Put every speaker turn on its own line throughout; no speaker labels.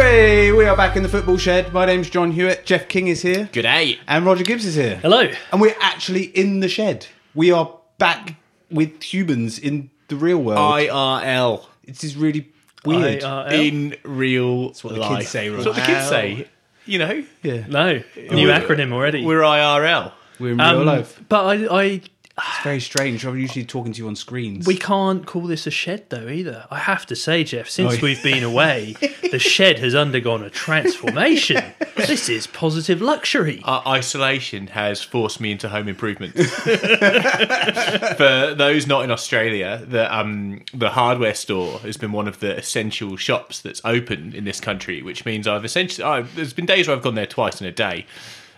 We are back in the football shed. My name's John Hewitt. Jeff King is here.
Good day.
And Roger Gibbs is here.
Hello.
And we're actually in the shed. We are back with humans in the real world.
IRL.
This is really weird.
IRL?
In real That's
what the kids say,
That's what the kids say. You know,
yeah.
No, new acronym already.
we're IRL.
We're in real
Um,
life.
But I, I,
It's very strange. I'm usually talking to you on screens.
we can't call this a shed though either. I have to say, Jeff, since we've been away, the shed has undergone a transformation. this is positive luxury.
Our isolation has forced me into home improvement. For those not in Australia, the um, the hardware store has been one of the essential shops that's open in this country, which means I've essentially I've, there's been days where I've gone there twice in a day.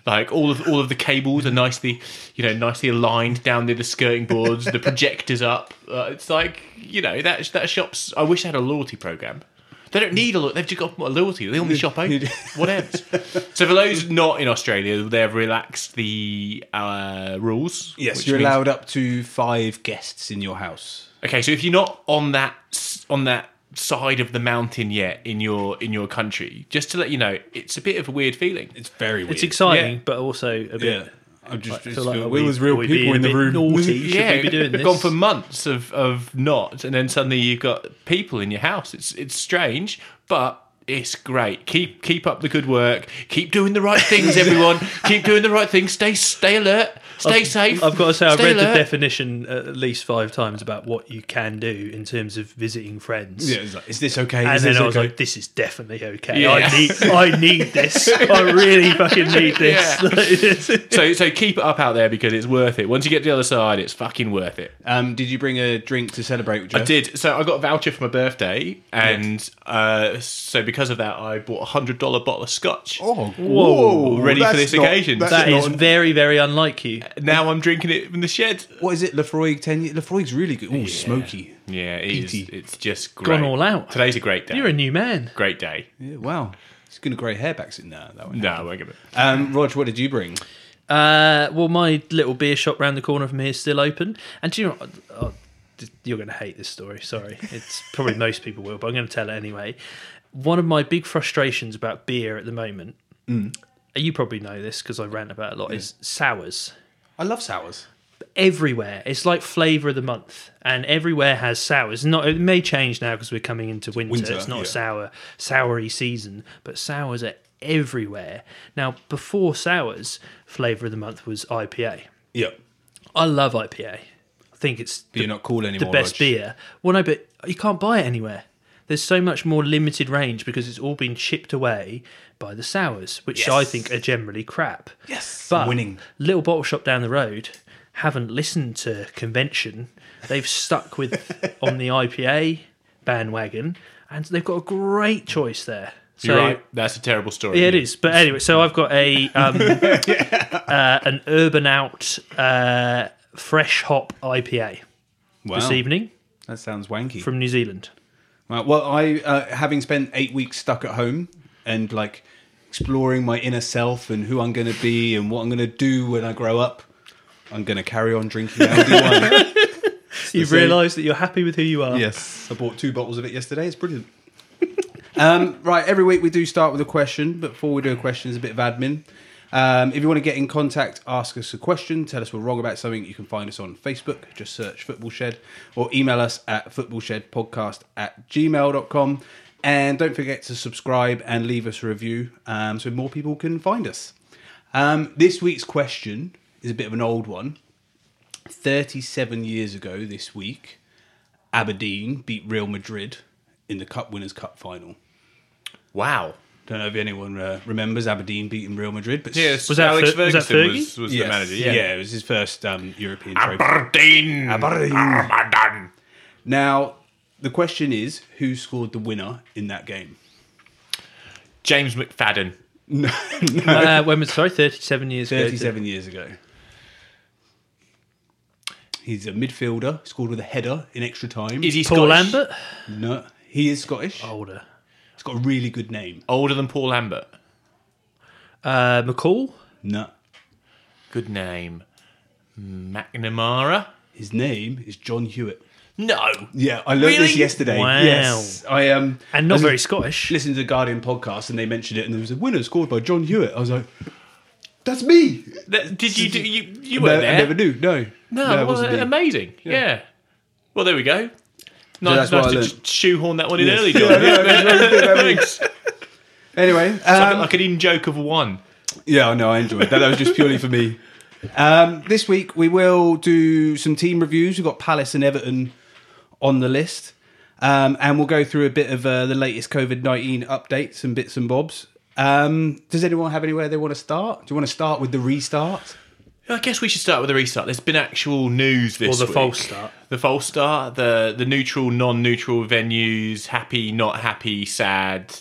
Like all of all of the cables are nicely, you know, nicely aligned down near the skirting boards. the projectors up. Uh, it's like you know that that shop's. I wish they had a loyalty program. They don't need a lot. They've just got a loyalty. They only shop open. What else? So for those not in Australia, they've relaxed the uh, rules.
yes,
which
you're
means-
allowed up to five guests in your house.
Okay, so if you're not on that s- on that side of the mountain yet in your in your country, just to let you know, it's a bit of a weird feeling.
It's very weird.
it's exciting,
yeah.
but also a bit.
Yeah. I'm just,
I
just
feel like
feel-
are we-
it was real
are we
people
being
in the
a bit
room.
naughty? Should
yeah,
we be doing
we've gone
this?
for months of of not, and then suddenly you've got people in your house. It's it's strange, but. It's great. Keep keep up the good work. Keep doing the right things, everyone. keep doing the right things. Stay stay alert. Stay safe.
I've got to say, I've
Stay
read the
alert.
definition at least five times about what you can do in terms of visiting friends.
Yeah, it's like, is this okay?
And
is
then
this
I was
okay?
like, "This is definitely okay.
Yeah.
I need, I need this. I really fucking need this."
So so keep it up out there because it's worth it. Once you get to the other side, it's fucking worth it.
um, did you bring a drink to celebrate? Jeff?
I did. So I got a voucher for my birthday, and uh, so because of that, I bought a hundred dollar bottle of scotch.
Oh,
Whoa, ready for
that's
this
not-
occasion.
that's
that
not
is
an-
very, very unlike you.
Now I'm drinking it from the shed.
what is it? Lefroy ten. Lefroy's really good. Oh, smoky.
Yeah, it is,
Peaty.
it's just great.
Gone all out.
Today's a great day.
You're a new man.
great day.
Yeah, wow. He's gonna grey hair back in there. That one.
No, I won't give it.
Um, Rog, what did you bring?
Uh, well, my little beer shop round the corner from here is still open. And do you know, what? Oh, d- you're going to hate this story. Sorry, it's probably most people will, but I'm going to tell it anyway. One of my big frustrations about beer at the moment,
Mm.
you probably know this because I rant about it a lot, is sours.
I love sours.
everywhere. It's like flavour of the month, and everywhere has sours. Not it may change now because we're coming into winter.
Winter,
it's not
yeah.
a sour soury season, but sours are everywhere now. Before sours, flavour of the month was IPA.
Yeah.
I love IPA. I think it's
But you're not cool
the
anymore.
best
Rog.
beer. Well, no, but you can't buy it anywhere. There's so much more limited range because it's all been chipped away by the sours, which I
Yes.
think are generally crap.
Yes.
but
Winning.
Little bottle shop down the road haven't listened to convention. They've stuck with on the IPA bandwagon, and they've got a great choice there. So
You're right. That's a terrible story.
yeah, it is. But anyway, so I've got a um, uh, an urban out uh, fresh hop IPA
Wow.
this evening
That sounds wanky.
from New Zealand.
Right, well, I uh, having spent eight weeks stuck at home and like exploring my inner self and who I'm going to be and what I'm going to do when I grow up. I'm going to carry on drinking Aldi wine.
You've
same.
realised that you're happy with who you are.
Yes, I bought two bottles of it yesterday. It's brilliant. um, right, every week we do start with a question, but before we do a question, there's a bit of admin. Um, if you want to get in contact, ask us a question, tell us we're wrong about something, you can find us on Facebook. Just search Football Shed or email us at footballshedpodcast at gmail.com. And don't forget to subscribe and leave us a review um, so more people can find us. Um, this week's question is a bit of an old one. 37 years ago this week, Aberdeen beat Real Madrid in the Cup Winners' Cup final.
Wow.
Don't know if anyone uh, remembers Aberdeen beating Real Madrid, but
Yes.
Was that
Alex
Fer- was that
Ferguson
Fergie?
was, was
Yes.
the manager?
yeah.
Yeah.
it was his first um, European trophy.
Aberdeen.
Aberdeen.
Aberdeen.
Now, the question is, who scored the winner in that game?
James McFadden.
Uh, when was sorry, thirty-seven years. ago.
37 years ago. He's a midfielder, scored with a header in extra time.
Is he
Paul
Scottish?
Lambert,
No, he is Scottish.
older.
He's got a really good name.
Older than Paul Lambert.
Uh, McCall,
No.
Good name. McNamara.
His name is John Hewitt.
No.
Yeah, I learned this
Really?
yesterday.
Wow.
Yes, I um
and not
listened-
very Scottish.
listened to the Guardian podcast and they mentioned it, and there was a winner scored by John Hewitt. I was like, "That's me."
That- did you do you you
No,
were
I
there?
never knew. No,
No,
it
well,
me.
amazing. Yeah. Well, there we go. Nice,
that's what
nice
I
to
learned.
just shoehorn that one in
Yes.
early, John.
Yeah, no, no, no, no, no, no.
Thanks.
Anyway,
Like,
um,
like an in joke of one.
yeah, I know. I enjoyed that. That was just purely for me. Um, this week we will do some team reviews. We've got Palace and Everton on the list, um, and we'll go through a bit of uh, the latest COVID nineteen updates and bits and bobs. Um, does anyone have anywhere they want to start? Do you want to start with the restart?
I guess we should start with a restart. There's been actual news this
Or the
week.
false start.
The false start, the the neutral, non-neutral venues, happy, not happy, sad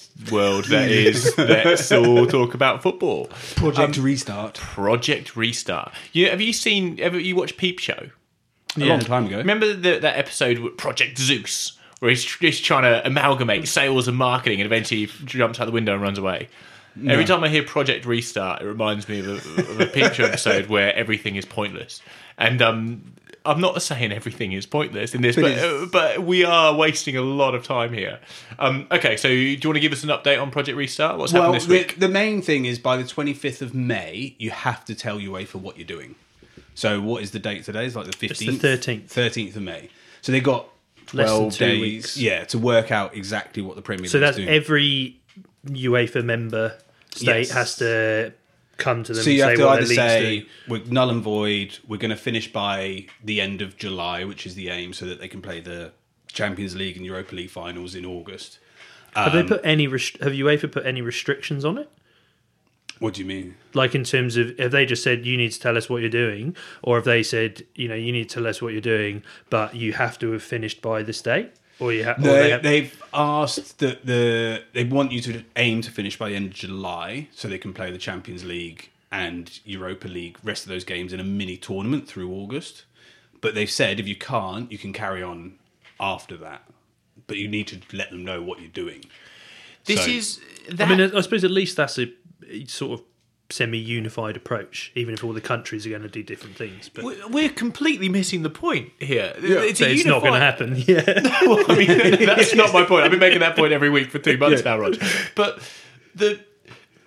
world that is. Let's all talk about football.
Project restart.
Project restart. You have you seen? Ever you watched Peep Show?
A long time ago.
Remember the, that episode with Project Zeus, where he's, he's trying to amalgamate sales and marketing, and eventually he jumps out the window and runs away. Every time I hear Project Restart, it reminds me of a, of a picture episode where everything is pointless. And um, I'm not saying everything is pointless in this,
But
but
it's-
uh, but we are wasting a lot of time here. Um, okay, so do you want to give us an update on Project Restart? What's
Well,
happened this week?
the, the main thing is by the 25th of May, you have to tell E UEFA what you're doing. So, what is the date today? It's like the 15th.
the 13th.
13th of May. So, they got
Less than
12
two
days.
weeks.
Yeah, to work out exactly what the Premier League
So that's
doing.
every UEFA member state
Yes.
has to come to them
so, you have
and say
to
what
either
their
say,
leagues do.
we're null and void, we're going to finish by the end of July, which is the aim, so that they can play the Champions League and Europa League finals in August.
Have
um,
they put any? Rest- have UEFA put any restrictions on it?
What do you mean?
Like in terms of, have they just said you need to tell us what you're doing, or have they said you know you need to tell us what you're doing, but you have to have finished by this date, or you ha- or they
They,
have?
they've asked that the they want you to aim to finish by the end of July, so they can play the Champions League and Europa League rest of those games in a mini tournament through August. But they've said if you can't, you can carry on after that. But you need to let them know what you're doing.
This
so-
is.
I
That,
mean, I suppose at least that's a sort of semi-unified approach, even if all the countries are going to do different things. But
we- we're completely missing the point here.
so
a
it's not going to
unified-
happen. Yeah,
Well, I mean, that's not my point. I've been making that point every week for two months now, Rod. But the.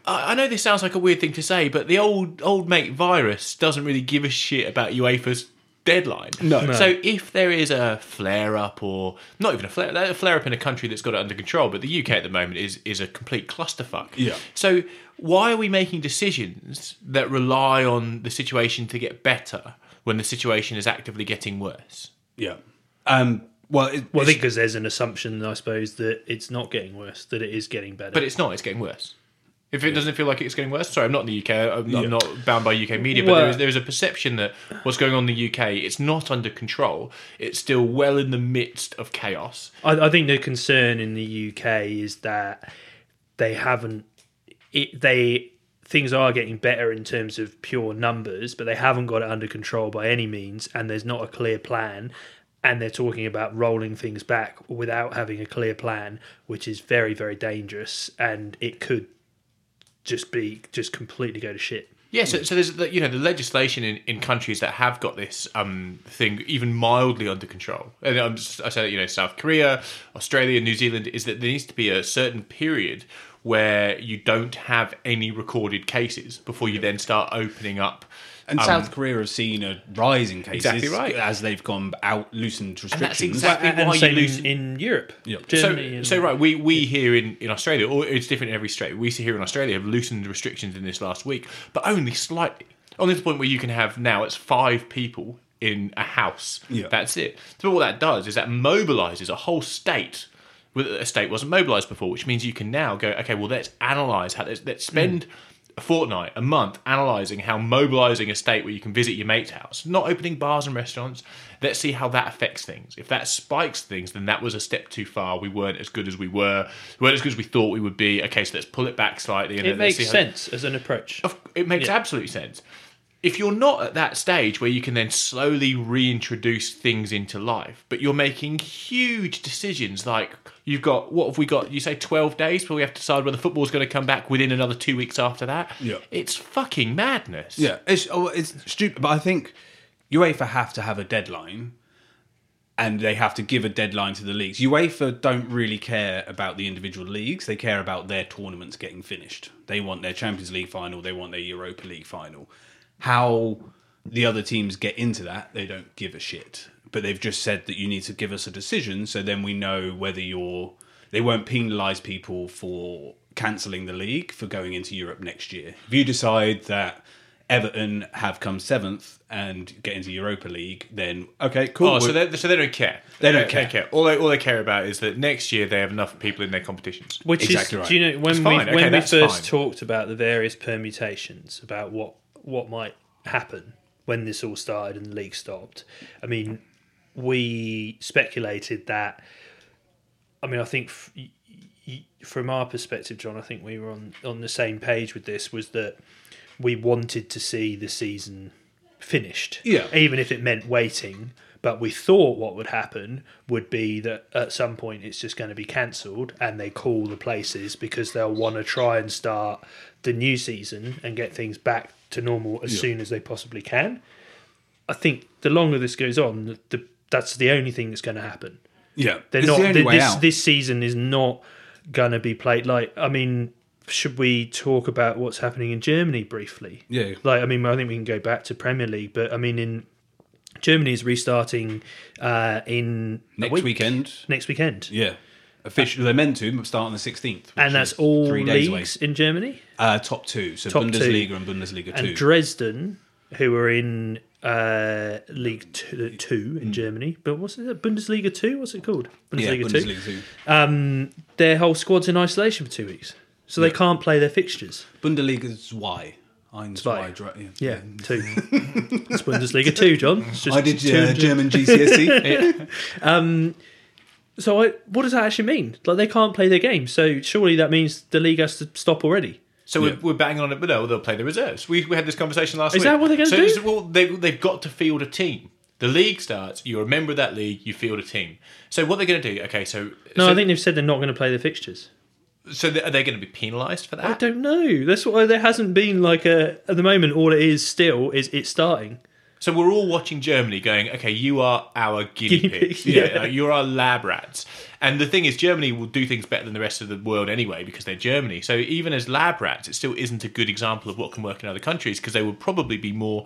I I know this sounds like a weird thing to say, but the old old mate virus doesn't really give a shit about UEFA's deadline.
No. No.
So if there is a flare up, or not even a flare, a flare up in a country that's got it under control, but the UK at the moment is is a complete clusterfuck.
Yeah.
So why are we making decisions that rely on the situation to get better when the situation is actively getting worse?
Yeah. Um. Well, it,
well, I
it's-
think because there's an assumption, I suppose, that it's not getting worse, that it is getting better.
But it's not. It's getting worse. If it doesn't feel like it's getting worse, sorry, I'm not in the UK. I'm, I'm not bound by UK media, but
Well-
there is, there is a perception that what's going on in the UK, it's not under control. It's still well in the midst of chaos.
I, I think the concern in the UK is that they haven't it, they things are getting better in terms of pure numbers, but they haven't got it under control by any means, and there's not a clear plan. And they're talking about rolling things back without having a clear plan, which is very, very dangerous, and it could just be just completely go to shit.
Yeah, so, so there's the, you know the legislation in, in countries that have got this um, thing even mildly under control, and I'm just, I say that, you know South Korea, Australia, New Zealand, is that there needs to be a certain period where you don't have any recorded cases before you then start opening up
and
um,
South Korea have seen a rise in cases
Exactly right.
as they've gone out, loosened restrictions.
exact- Exactly
and
why you
same in-
lose-
in, Europe, Germany.
so,
and-
so right, we, we here in, in Australia, or it's different in every state. We see here in Australia have loosened restrictions in this last week, but only slightly. Only to the point where you can have now it's five people in a house.
Yeah.
That's it. So what that does is that mobilizes a whole state. With a state wasn't mobilized before, which means you can now go. Okay, well let's analyze how let's, let's spend.
Hmm.
A fortnight, a month, analysing how mobilising a state where you can visit your mate's house, not opening bars and restaurants. Let's see how that affects things. If that spikes things, then that was a step too far. We weren't as good as we were. We weren't as good as we thought we would be. Okay, so let's pull it back slightly. And
it
then
makes
let's see how-
sense as an approach.
of- it makes absolute sense. If you're not at that stage where you can then slowly reintroduce things into life, but you're making huge decisions like you've got what have we got? You say 12 days, but we have to decide whether football's going to come back within another two weeks after that.
Yeah.
It's fucking madness.
Yeah, it's oh, it's stupid, but I think UEFA have to have a deadline, and they have to give a deadline to the leagues. UEFA don't really care about the individual leagues; they care about their tournaments getting finished. They want their Champions League final, they want their Europa League final. How the other teams get into that, they don't give a shit. But they've just said that you need to give us a decision, so then we know whether you're. They won't penalise people for cancelling the league for going into Europe next year. If you decide that Everton have come seventh and get into Europa League, then okay, cool.
Oh, so
we're-
they, so they don't care.
They don't care.
All they all they care about is that next year they have enough people in their competitions.
Which
Exactly
is,
right.
do you know, when
It's
we
fine. Okay,
when we
that's
first
fine.
talked about the various permutations about what what might happen when this all started and the league stopped, I mean, we speculated that. I mean, I think f- y- y- from our perspective, John, I think we were on on the same page with this. Was that we wanted to see the season finished,
Yeah.
even if it meant waiting. But we thought what would happen would be that at some point it's just going to be cancelled and they call the places because they'll want to try and start the new season and get things back to normal as soon as they possibly can. I think the longer this goes on, the, the, that's the only thing that's going to happen.
yeah,
They're
it's
not.
the only
th-
way
this
out.
this season is not going to be played. Like, I mean, should we talk about what's happening in Germany briefly?
Yeah.
Like, I mean, I think we can go back to Premier League, but I mean, in Germany is restarting uh, in a
next
week-
weekend.
Next weekend.
Yeah, officially they're meant to start on the sixteenth,
And that's all
three days away.
leagues in Germany.
Uh, top two, so
Top two.
Bundesliga and Bundesliga
And
two.
Dresden, who are in uh, League Two, two in Germany, but what's it? Bundesliga Two? What's it called?
mm. yeah,
Bundesliga Two.
Bundesliga two.
um, their whole squad's in isolation for two weeks, so they can't play their fixtures.
Bundesliga zwei. Eins, zwei,
Zwei.
drei. Yeah.
Yeah, two. it's Bundesliga two, John. It's just
I did
two
uh,
and-
German GCSE.
So, I, what does that actually mean? Like they can't play their game. So surely that means the league has to stop already.
So
Yeah.
we're, we're banging on it, but no, they'll play the reserves. We, we had this conversation last
Is
week.
that what they're gonna
so,
do?
So, well, they, they've got to field a team. The league starts, you're a member of that league, you field a team. So what they're going to do, okay, so...
No,
so,
I think they've said they're not going to play their fixtures.
So they, are they going to be penalised for
I
that?
don't know. That's why there hasn't been like a. At the moment, all it is still is it's starting.
So we're all watching Germany going, okay, you are our guinea,
Guinea
pigs.
pig,
Yeah,
yeah.
like, you're our lab rats. And the thing is, Germany will do things better than the rest of the world anyway because they're Germany. So even as lab rats, it still isn't a good example of what can work in other countries because they will probably be more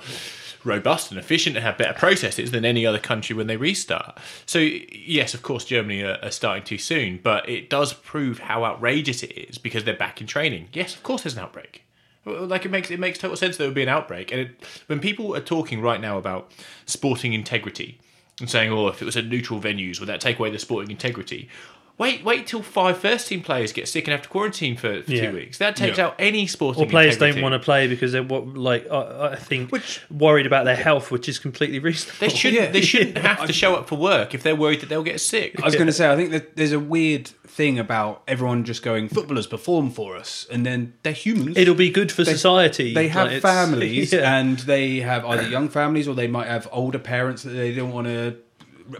robust and efficient and have better processes than any other country when they restart. So yes, of course, Germany are, are starting too soon, but it does prove how outrageous it is because they're back in training. Yes, of course, there's an outbreak. Well, Like it makes it makes total sense there would be an outbreak, and it, when people are talking right now about sporting integrity and saying, "Oh, if it was at neutral venues, would that take away the sporting integrity?" Wait, wait till five first team players get sick and have to quarantine for, for
Yeah.
two weeks. That takes
Yeah.
out any sporting.
Or players don't
integrity.
want to play because they're what like I, I think
Which-
worried about their health, which is completely reasonable.
They shouldn't.
Yeah.
They shouldn't have to show up for work if they're worried that they'll get sick.
I was going to say, I think that there's a weird thing about everyone just going, footballers perform for us, and then they're humans.
It'll be good for society.
They have
Like, it's-
families,
Yeah.
and they have either young families or they might have older parents that they don't want to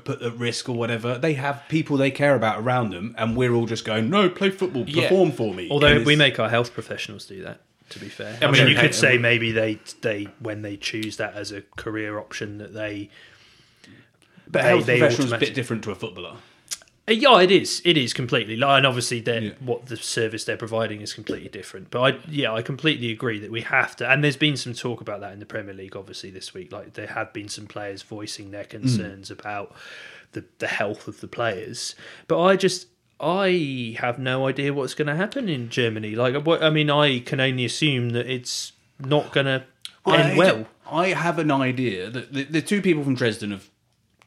put at risk or whatever. They have people they care about around them, and we're all just going, "No, play football,
Yeah.
perform for me."
Although
And
we
it's-
make our health professionals do that. To be fair, I
we
mean,
don't
you
pay
could
them.
say maybe they they when they choose that as a career option that they
but
they-
health
they
professionals a
automatic-
bit different to a footballer.
Uh, Yeah, it is. It is completely. Like, and obviously, they're-
Yeah.
what the service they're providing is completely different. But I, yeah, I completely agree that we have to. And there's been some talk about that in the Premier League, obviously, this week. Like there have been some players voicing their concerns about the the health of the players. But I just, I have no idea what's going to happen in Germany. Like, what, I mean, I can only assume that it's not going to end
I-
well.
I have an idea that the, the two people from Dresden have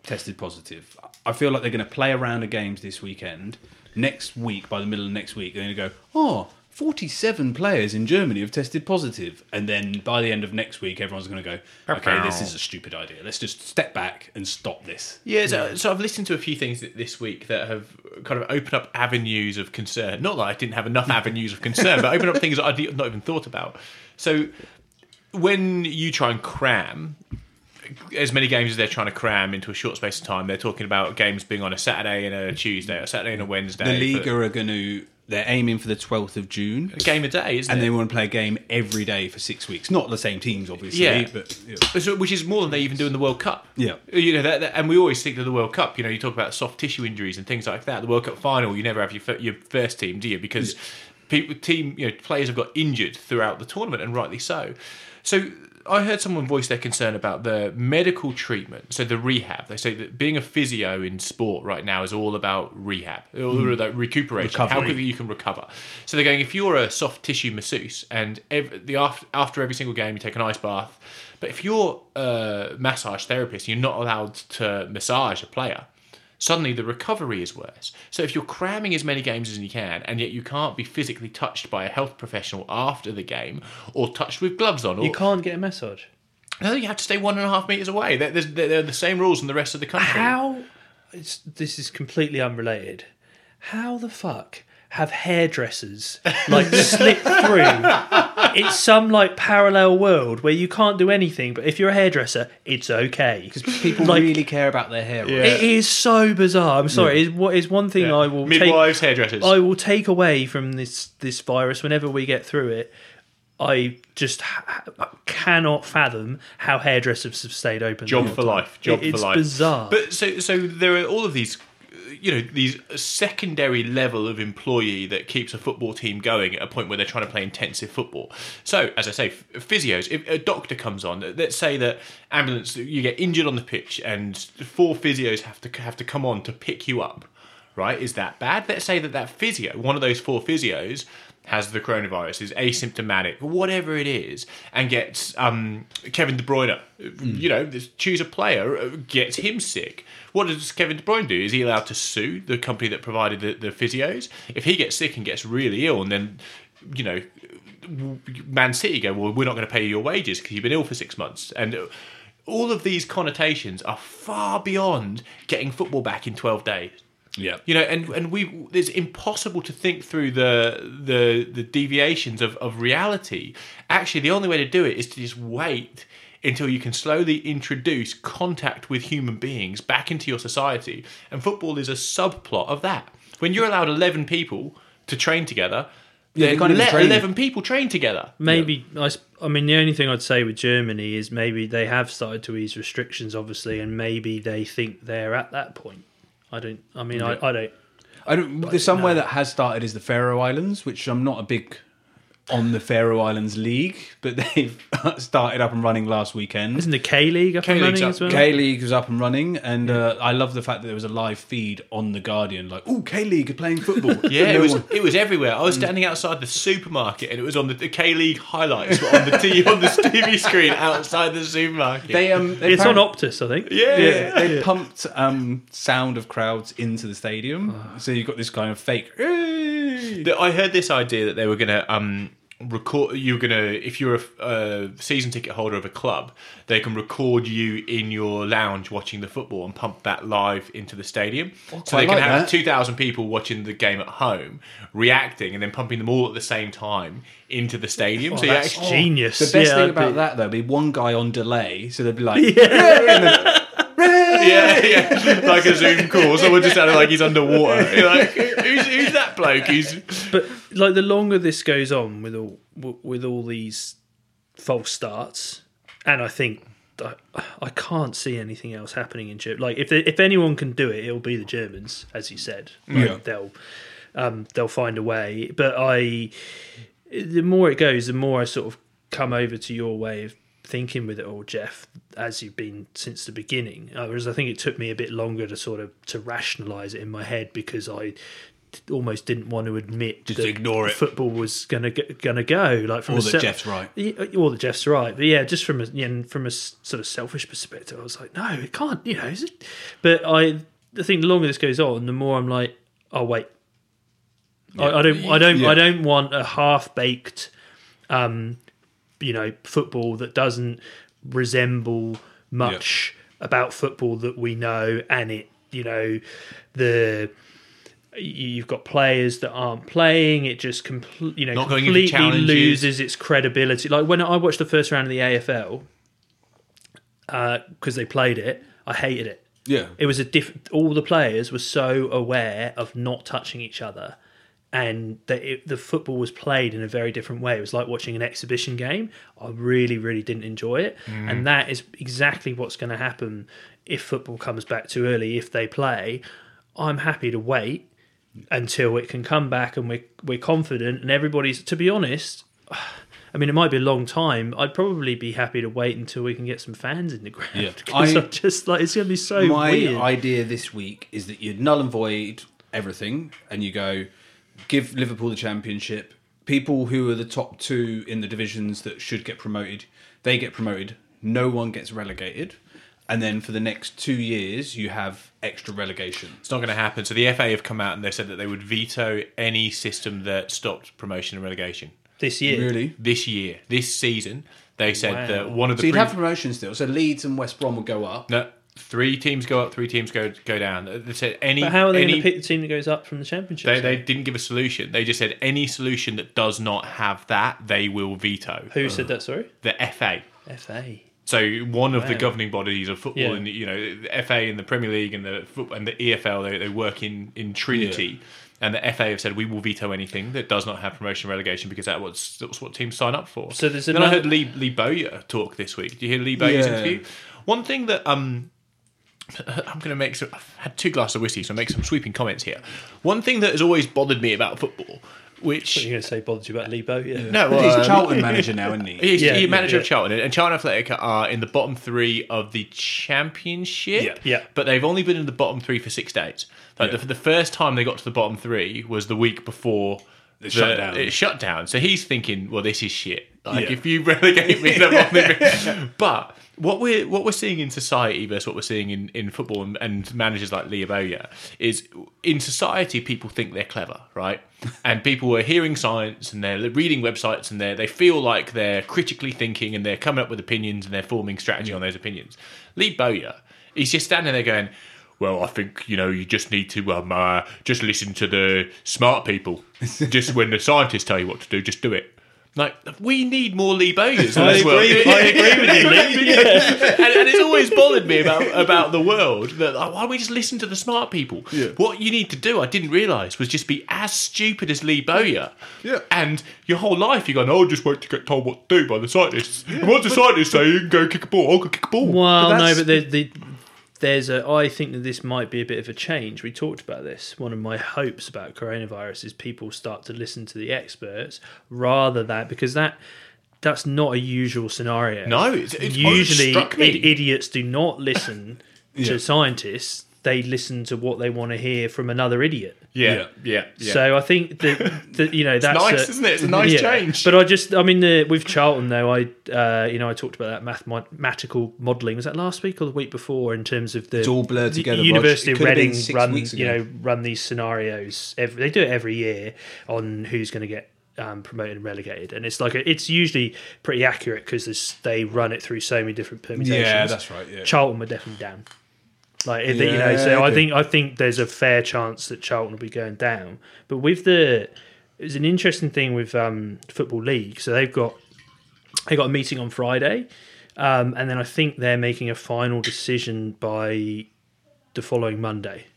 tested positive. I feel like they're going to play a round of games this weekend. Next week, by the middle of next week, they're going to go, oh, 47 players in Germany have tested positive. And then by the end of next week, everyone's going to go, okay, this is a stupid idea. Let's just step back and stop this.
Yeah, so, so I've listened to a few things th- this week that have kind of opened up avenues of concern. Not that I didn't have enough avenues of concern, but opened up things that I'd not even thought about. So when you try and cram as many games as they're trying to cram into a short space of time. They're talking about games being on a Saturday and a Tuesday, a Saturday and a Wednesday.
The
for
league are going to. They're aiming for the 12th of June.
a game a day, isn't
And
it?
they want to play a game every day for six weeks. Not the same teams, obviously.
Yeah.
But yeah.
So- which is more than they even do in the World Cup.
Yeah.
you know, that, that- and we always think of the World Cup. You know, you talk about soft tissue injuries and things like that. The World Cup final, you never have your fir- your first team, do you? Because people, team, you know, players have got injured throughout the tournament, and rightly so. So. I heard someone voice their concern about the medical treatment, so the rehab. They say that being a physio in sport right now is all about rehab, all about recuperation, how
Hmm. Recovery.
quickly you can recover. So they're going, if you're a soft tissue masseuse and ev the after, after every single game you take an ice bath, but if you're a massage therapist, you're not allowed to massage a player. Suddenly the recovery is worse. So if you're cramming as many games as you can, and yet you can't be physically touched by a health professional after the game, or touched with gloves on, or
You can't get a massage.
no, you have to stay one and a half meters away. They're, they're, they're the same rules in the rest of the country.
How? It's, this is completely unrelated. How the fuck have hairdressers like slipped through? It's some like parallel world where you can't do anything, but if you're a hairdresser, it's okay.
Because people
Like-
really care about their hair. right?
Yeah.
It is so bizarre. I'm sorry. It's what is one thing I will take.
Midwives, hairdressers.
I will take away from this this virus whenever we get through it. I just ha- ha- cannot fathom how hairdressers have stayed open.
job
the
for
whole time.
life job
It- it's
for life
bizarre.
but so so there are all of these you know these secondary level of employee that keeps a football team going at a point where they're trying to play intensive football so as i say ph- physios if a doctor comes on let's say that ambulance you get injured on the pitch and four physios have to have to come on to pick you up right is that bad let's say that that physio one of those four physios has the coronavirus, is asymptomatic, whatever it is, and gets um, Kevin De Bruyne, you know, this- choose a player, uh, gets him sick. What does Kevin De Bruyne do? Is he allowed to sue the company that provided the, the physios? If he gets sick and gets really ill, and then, you know, Man City go, well, we're not going to pay you your wages because you've been ill for six months. And uh, all of these connotations are far beyond getting football back in 12 days.
Yeah.
You know, and and we it's impossible to think through the the the deviations of of reality. Actually, the only way to do it is to just wait until you can slowly introduce contact with human beings back into your society. And football is a subplot of that. When you're allowed eleven people to train together,
Yeah, they
then
can't even
let
train.
eleven people train together.
Maybe I s I I mean the only thing I'd say with Germany is maybe they have started to ease restrictions, obviously, and maybe they think they're at that point. I don't. I mean, I, I don't.
I don't. There's somewhere that has started is the Faroe Islands, which I'm not a big on the Faroe Islands league, but they've started up and running last weekend.
Isn't the K League up and
K-League's
running
up.
as well?
K League was up and running, and uh, I love the fact that there was a live feed on the Guardian, like, "Oh, K League are playing football."
Yeah,
No
it was
one- Mm.
it was everywhere. I was standing outside the supermarket, and it was on the, the K League highlights were on the t on the TV screen outside the supermarket.
They um, they
It's on
apparently-
Optus, I think.
yeah,
Yeah, they pumped um, sound of crowds into the stadium, so you've got this kind of fake. "Hey!"
The- I heard this idea that they were going to um, record. You were going to, if you're a f- a season ticket holder of a club, they can record you in your lounge watching the football and pump that live into the stadium. so
Oh, quite
they can
like
have
that.
two thousand people watching the game at home, reacting, and then pumping them all at the same time into the stadium.
Oh,
so you
that's
actually.
genius.
The best
Yeah, I'd
thing
be-
about that though, would be one guy on delay, so they'd be like, "Hey!" and then-
Yeah, yeah, like a Zoom call. Someone just sounded like he's underwater. You're like, who's, who's that bloke? Who's
but like the longer this goes on with all w- with all these false starts, and I think I, I can't see anything else happening in Germany. Like if they, if anyone can do it, it'll be the Germans, as you said. Like,
Yeah.
they'll um, they'll find a way. But I, the more it goes, the more I sort of come over to your way of thinking with it all, Jeff, as you've been since the beginning. Uh, Whereas I think it took me a bit longer to sort of to rationalise it in my head because I d- almost didn't want to admit just
ignore it.
football was gonna go, gonna go like from
Or
a
that
se-
Jeff's right.
Yeah, or that Jeff's right but yeah just from a you know, from a s- sort of selfish perspective I was like no it can't you know is it but I I think the longer this goes on the more I'm like oh wait I, I don't I don't
Yeah.
I don't want a half baked um you know football that doesn't resemble much about football that we know and it you know the you've got players that aren't playing it just compl- you know
Not going into
completely
challenges.
loses its credibility like when i watched the first round of the afl because uh, they played it. I hated it.
Yeah.
It was a diff. All the players were so aware of not touching each other, and that it, the football was played in a very different way. It was like watching an exhibition game. I really, really didn't enjoy it, and that is exactly what's going to happen if football comes back too early. If they play, I'm happy to wait until it can come back and we're we're confident and everybody's. To be honest. I mean, it might be a long time. I'd probably be happy to wait until we can get some fans in the ground.
Yeah.
'Cause
I-
I'm just like it's gonna be so
My
weird.
idea this week is that you null and void everything, and you go give Liverpool the championship. People who are the top two in the divisions that should get promoted, they get promoted. No one gets relegated, and then for the next two years, you have extra relegation.
It's not going to happen. So the FA have come out and they said that they would veto any system that stopped promotion and relegation.
this year.
Really?
This year, this season, they said
Wow.
that one of the
So you'd
pre-
have promotion still. So Leeds and West Brom would go up.
no, three teams go up, three teams go go down. They said any.
But how are they
any,
going to pick the team that goes up from the championship?
They,
So
they didn't give a solution. They just said any solution that does not have that, they will veto.
Who
Uh.
said that? Sorry,
The FA.
FA.
So one of the
Wow.
governing bodies of football,
Yeah.
and you know, the FA and the Premier League and the foot- and the EFL, they, they work in in trinity. And the FA have said we will veto anything that does not have promotion and relegation because that was, that's what teams sign up for.
So there's
then I
another-
heard Lee Lee Bowyer talk this week. Did you hear Lee Bowyer's
Yeah.
interview? One thing that um I'm going to make some. I've had two glasses of whiskey, so I'll make some sweeping comments here. One thing that has always bothered me about football, which
You're going to say bothered you about Lebo? Yeah.
no,
He's
um,
Charlton manager now, isn't he?
He's
Yeah,
the
yeah,
manager of
yeah.
Charlton, and Charlton Athletic are in the bottom three of the championship.
Yeah.
Yeah.
But they've only been in the bottom three for six days. Like the, the first time they got to the bottom three was the week before the,
shutdown.
It shut down. So he's thinking, well, this is shit. Like
Yeah.
if you relegate me, then I'm on the But what we're what we're seeing in society versus what we're seeing in, in football and, and managers like Leo Boyer is in society people think they're clever, right? And people are hearing science and they're reading websites and they they feel like they're critically thinking and they're coming up with opinions and they're forming strategy on those opinions. Lee Bowyer, he's just standing there going, "Well, I think you know you just need to um uh, just listen to the smart people. just when the scientists tell you what to do, just do it." Like we need more Lee Bowyers in
I
this world.
agree- I agree with you, Lee.
and, and it's always bothered me about about the world that like, why don't we just listen to the smart people. What you need to do, I didn't realise, was just be as stupid as Lee Bowyer.
Yeah.
And your whole life, you're going, oh, just wait to get told what to do by the scientists. and what the scientists say, you can go kick a ball. I'll go kick a ball.
Well,
But
no,
that's-
but the, the, there's a. I think that this might be a bit of a change. We talked about this. One of my hopes about coronavirus is people start to listen to the experts rather than because that that's not a usual scenario.
No, it's- it's- oh, it
usually
struck me.
i- idiots do not listen to scientists. They listen to what they want to hear from another idiot.
Yeah, yeah, yeah.
So I think that, that you know that's
nice,
a-
isn't it? It's a nice change.
But I just, I mean, the, with Charlton though, I uh, you know I talked about that mathematical modelling. Was that last week or the week before? In terms of the it's
all blurred together, Rog.
University
It
of
could have been
Reading
six
run
weeks
you
ago.
know run these scenarios. Every, they do it every year on who's going to get. Um, promoted and relegated, and it's like a, it's usually pretty accurate because they run it through so many different permutations.
Yeah, that's right, yeah.
Charlton were definitely down. Like if they- you know,
Yeah,
so I
okay.
think I think there's a fair chance that Charlton will be going down. But with the it was an interesting thing with um, football league. So they've got they got a meeting on Friday, um, and then I think they're making a final decision by the following Monday.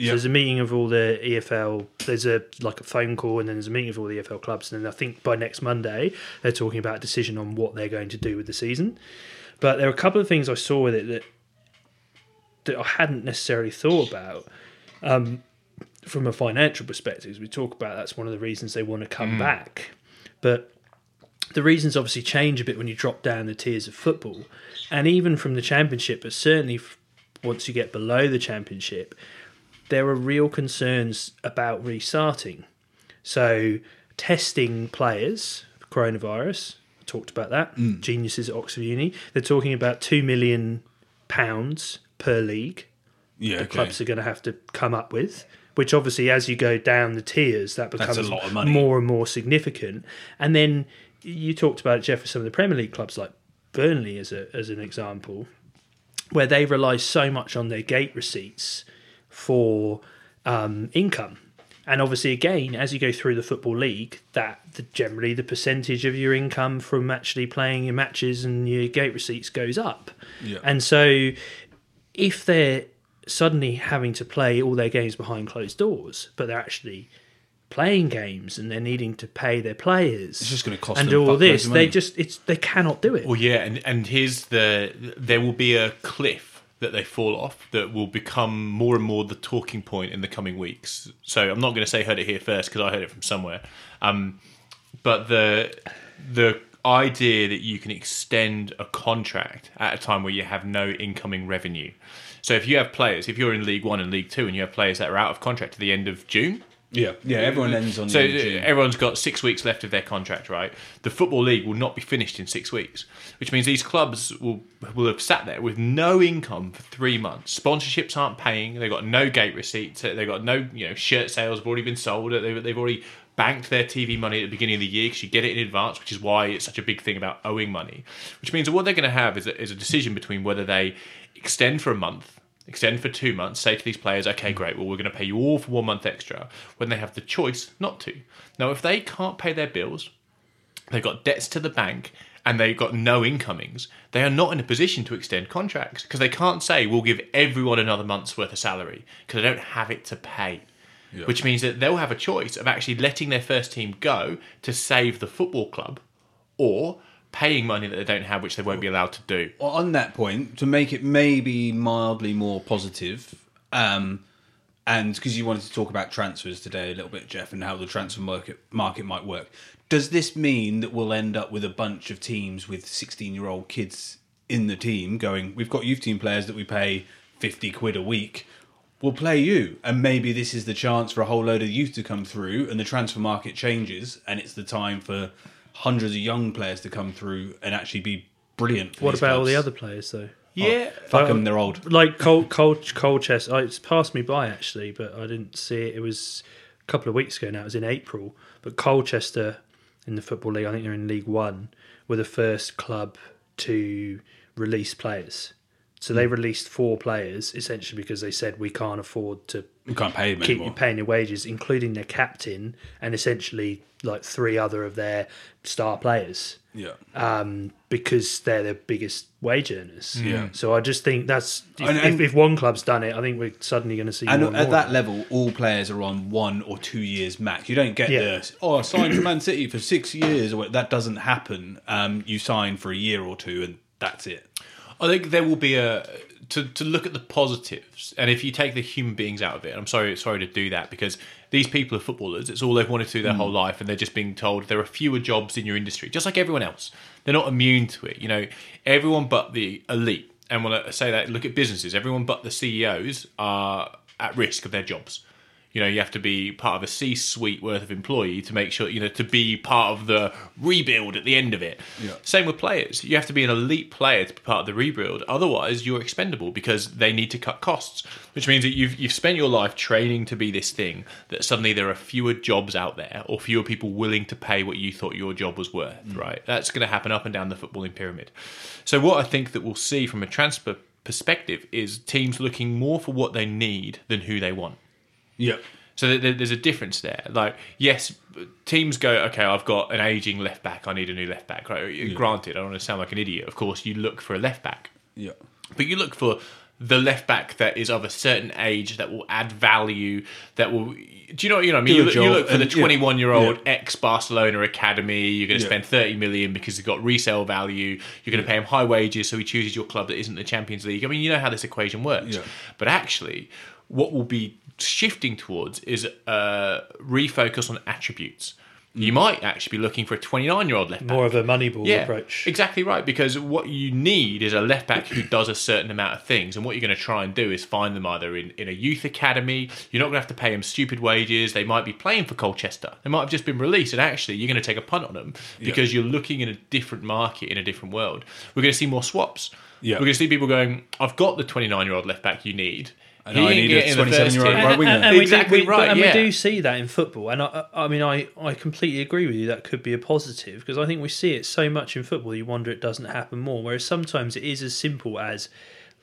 So there's a meeting of all the EFL. There's a like a phone call, and then there's a meeting of all the EFL clubs. And then I think by next Monday, they're talking about a decision on what they're going to do with the season. But there are a couple of things I saw with it that that I hadn't necessarily thought about. Um, from a financial perspective, as we talk about that's one of the reasons they want to come back. But the reasons obviously change a bit when you drop down the tiers of football, and even from the championship, but certainly f- once you get below the championship, there are real concerns about restarting. So testing players for coronavirus. I talked about that. Geniuses at Oxford Uni. They're talking about two million pounds per league
yeah, okay.
clubs are going to have to come up with. Which obviously, as you go down the tiers, that becomes
a lot of money.
more and more significant. And then you talked about it, Jeff, with some of the Premier League clubs like Burnley as a as an example, where they rely so much on their gate receipts for um, income. And obviously, again, as you go through the football league, that the, generally the percentage of your income from actually playing your matches and your gate receipts goes up.
Yeah.
And so, if they're suddenly having to play all their games behind closed doors, but they're actually playing games and they're needing to pay their players, it's
just gonna cost
and
them
do all
fuckloads of
this. They
money.
just it's they cannot do it.
Well, Oh, yeah, and and here's the there will be a cliff that they fall off that will become more and more the talking point in the coming weeks. So I'm not going to say heard it here first because I heard it from somewhere. Um, but the the idea that you can extend a contract at a time where you have no incoming revenue. So if you have players, if you're in League One and League Two, and you have players that are out of contract to the end of June,
Yeah, yeah. Everyone ends on
so uh,
the end of June.
everyone's got six weeks left of their contract, right? The football league will not be finished in six weeks, which means these clubs will will have sat there with no income for three months. Sponsorships aren't paying. They've got no gate receipts. They've got no you know shirt sales have already been sold. They've, they've already banked their TV money at the beginning of the year because you get it in advance, which is why it's such a big thing about owing money. Which means that what they're going to have is a, is a decision between whether they extend for a month extend for two months, say to these players, okay, great, well, we're going to pay you all for one month extra when they have the choice not to. Now, if they can't pay their bills, they've got debts to the bank, and they've got no incomings, they are not in a position to extend contracts because they can't say, we'll give everyone another month's worth of salary because they don't have it to pay. Which means that they'll have a choice of actually letting their first team go to save the football club or paying money that they don't have, which they won't be allowed to do.
Well, on that point, to make it maybe mildly more positive, um, and because you wanted to talk about transfers today a little bit, Jeff, and how the transfer market market might work, does this mean that we'll end up with a bunch of teams with sixteen year old kids in the team going? We've got youth team players that we pay fifty quid a week. We'll play you, and maybe this is the chance for a whole load of youth to come through, and the transfer market changes, and it's the time for hundreds of young players to come through and actually be brilliant. For
what
these
about all the
clubs?
other players though?
Oh,
Yeah.
Fuck
Well-
them, they're old.
Like Col Col Colchester, I- it's passed me by actually, but I didn't see it. It was a couple of weeks ago now. It was in April, but Colchester in the football league, I think they're in League One, were the first club to release players. So they released four players essentially because they said we can't afford to
We can't pay them
keep
anymore.
you paying your wages, including their captain and essentially like three other of their star players
yeah.
um, because they're the biggest wage earners.
Yeah.
So I just think that's if,
And- and-
if, if one club's done it, I think we're suddenly going to see.
and
more and
at
more.
that level, all players are on one or two years max. You don't get
Yeah.
the oh, I signed for Man City for six years. Or what- that doesn't happen. Um, you sign for a year or two, and that's it.
I think there will be a to, to look at the positives, and if you take the human beings out of it, and I'm sorry sorry to do that because these people are footballers. It's all they've wanted to do their whole life, and they're just being told there are fewer jobs in your industry, just like everyone else. They're not immune to it. You know, everyone but the elite. And when I say that, look at businesses. Everyone but the CEOs are at risk of their jobs. You know, you have to be part of a C-suite worth of employee to make sure you know to be part of the rebuild at the end of it.
Yeah.
Same with players. You have to be an elite player to be part of the rebuild. Otherwise, you're expendable because they need to cut costs, which means that you've you've spent your life training to be this thing that suddenly there are fewer jobs out there or fewer people willing to pay what you thought your job was worth. Right? That's going to happen up and down the footballing pyramid. So what I think that we'll see from a transfer perspective is teams looking more for what they need than who they want.
Yeah.
So th- th- there's a difference there. Like, yes, teams go, okay, I've got an aging left back. I need a new left back. Right? Granted, I don't want to sound like an idiot. Of course, you look for a left back,
Yeah.
but you look for the left back that is of a certain age that will add value. That will, do you know? You know, what I
Do
mean, you
a
look, you
job
look for the
and- yeah.
21 year old ex Barcelona academy. You're going to
Yeah.
spend 30 million because he's got resale value. You're going to pay him high wages, so he chooses your club that isn't the Champions League. I mean, you know how this equation works.
Yeah.
But actually, what we'll be shifting towards is a refocus on attributes.
Mm.
You might actually be looking for a 29 year old left back.
more of a money ball approach.
Exactly right, because what you need is a left back who does a certain amount of things, and what you're going to try and do is find them either in, in a youth academy. You're not going to have to pay them stupid wages. They might be playing for Colchester. They might have just been released, and actually, you're going to take a punt on them because you're looking in a different market in a different world. We're going to see more swaps.
Yeah.
We're going to see people going, "I've got the 29 year old left back you need."
And
He
I
ain't
need a
getting the first
27-year-old
team."
right winger.
And, and we
Exactly
do, we,
right,
And
yeah.
we do see that in football, and I, I mean, I, I completely agree with you. That could be a positive because I think we see it so much in football. You wonder it doesn't happen more. Whereas sometimes it is as simple as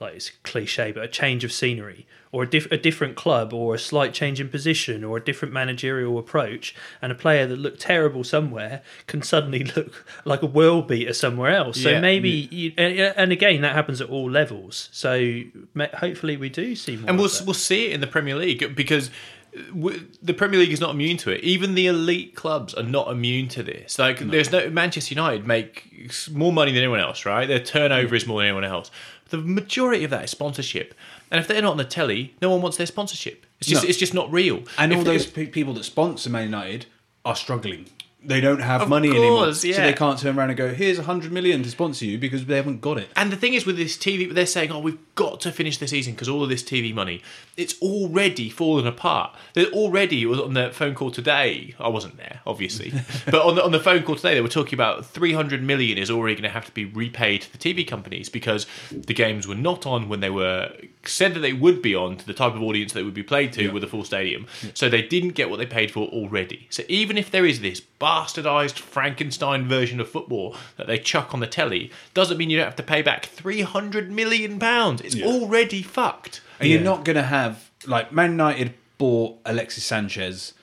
like it's cliche, but a change of scenery or a, diff- a different club or a slight change in position or a different managerial approach, and a player that looked terrible somewhere can suddenly look like a world beater somewhere else. So
Yeah.
maybe, you, and, and again, that happens at all levels. So ma- hopefully, we do see more.
and
of
we'll
that.
we'll see it in the Premier League because uh, w- the Premier League is not immune to it. Even the elite clubs are not immune to this. Like, there's no Manchester United make s- more money than anyone else, right? Their turnover
Mm.
is more than anyone else. The majority of that is sponsorship, and if they're not on the telly, no one wants their sponsorship. It's just
No.
it's just not real.
And
If
all
they-
those pe- people that sponsor Man United are struggling. They don't have
Of
money
course,
anymore, so
yeah.
they can't turn around and go, "Here's a hundred million to sponsor you," because they haven't got it.
And the thing is with this TV, they're saying, oh, we've got to finish the season because all of this TV money, it's already fallen apart. They're already, it was on the phone call today, I wasn't there, obviously, but on the, on the phone call today, they were talking about 300 million is already going to have to be repaid to the TV companies because the games were not on when they were said that they would be on to the type of audience they would be played to with a full stadium. So they didn't get what they paid for already. So even if there is this bastardized Frankenstein version of football that they chuck on the telly, doesn't mean you don't have to pay back 300 million pounds. It's
Yeah.
already fucked.
And you're not going to have like Man United bought Alexis Sanchez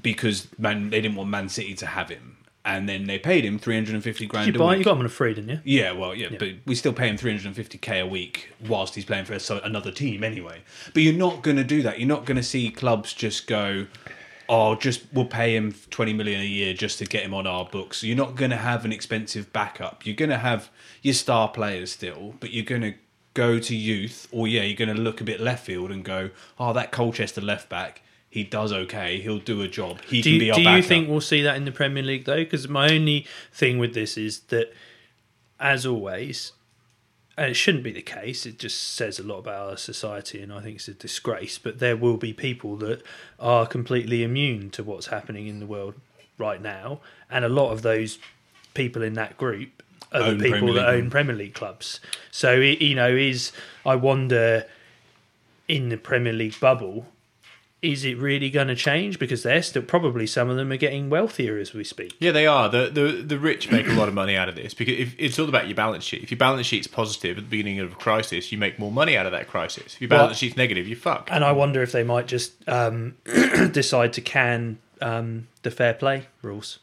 because Man they didn't want Man City to have him, and then they paid him 350 grand.
you
a
buy,
week.
you got them on a free, didn't you?
Yeah, well, yeah, but we still pay him 350k a week whilst he's playing for so- another team anyway. But you're not going to do that. You're not going to see clubs just go, "Oh, just we'll pay him 20 million a year just to get him on our books." You're not going to have an expensive backup. You're going to have your star players still, but you're going to go to youth or yeah, you're going to look a bit left field and go, "Oh, that Colchester left back, he does okay. He'll do a job. He
Do
can be
you,
our
do
backup."
you think we'll see that in the Premier League though? Because my only thing with this is that, as always, and it shouldn't be the case. It just says a lot about our society, and I think it's a disgrace. But there will be people that are completely immune to what's happening in the world right now, and a lot of those people in that group are
Own
the people
Premier
that
League.
own Premier League clubs. So it, you know, is I wonder in the Premier League bubble is it really going to change? Because they're still probably some of them are getting wealthier as we speak.
Yeah, they are. The, the the rich make a lot of money out of this because if, it's all about your balance sheet. If your balance sheet's positive at the beginning of a crisis, you make more money out of that crisis. If your balance
Well-
sheet's negative, you fuck.
And I wonder if they might just um, decide to can um, the fair play rules.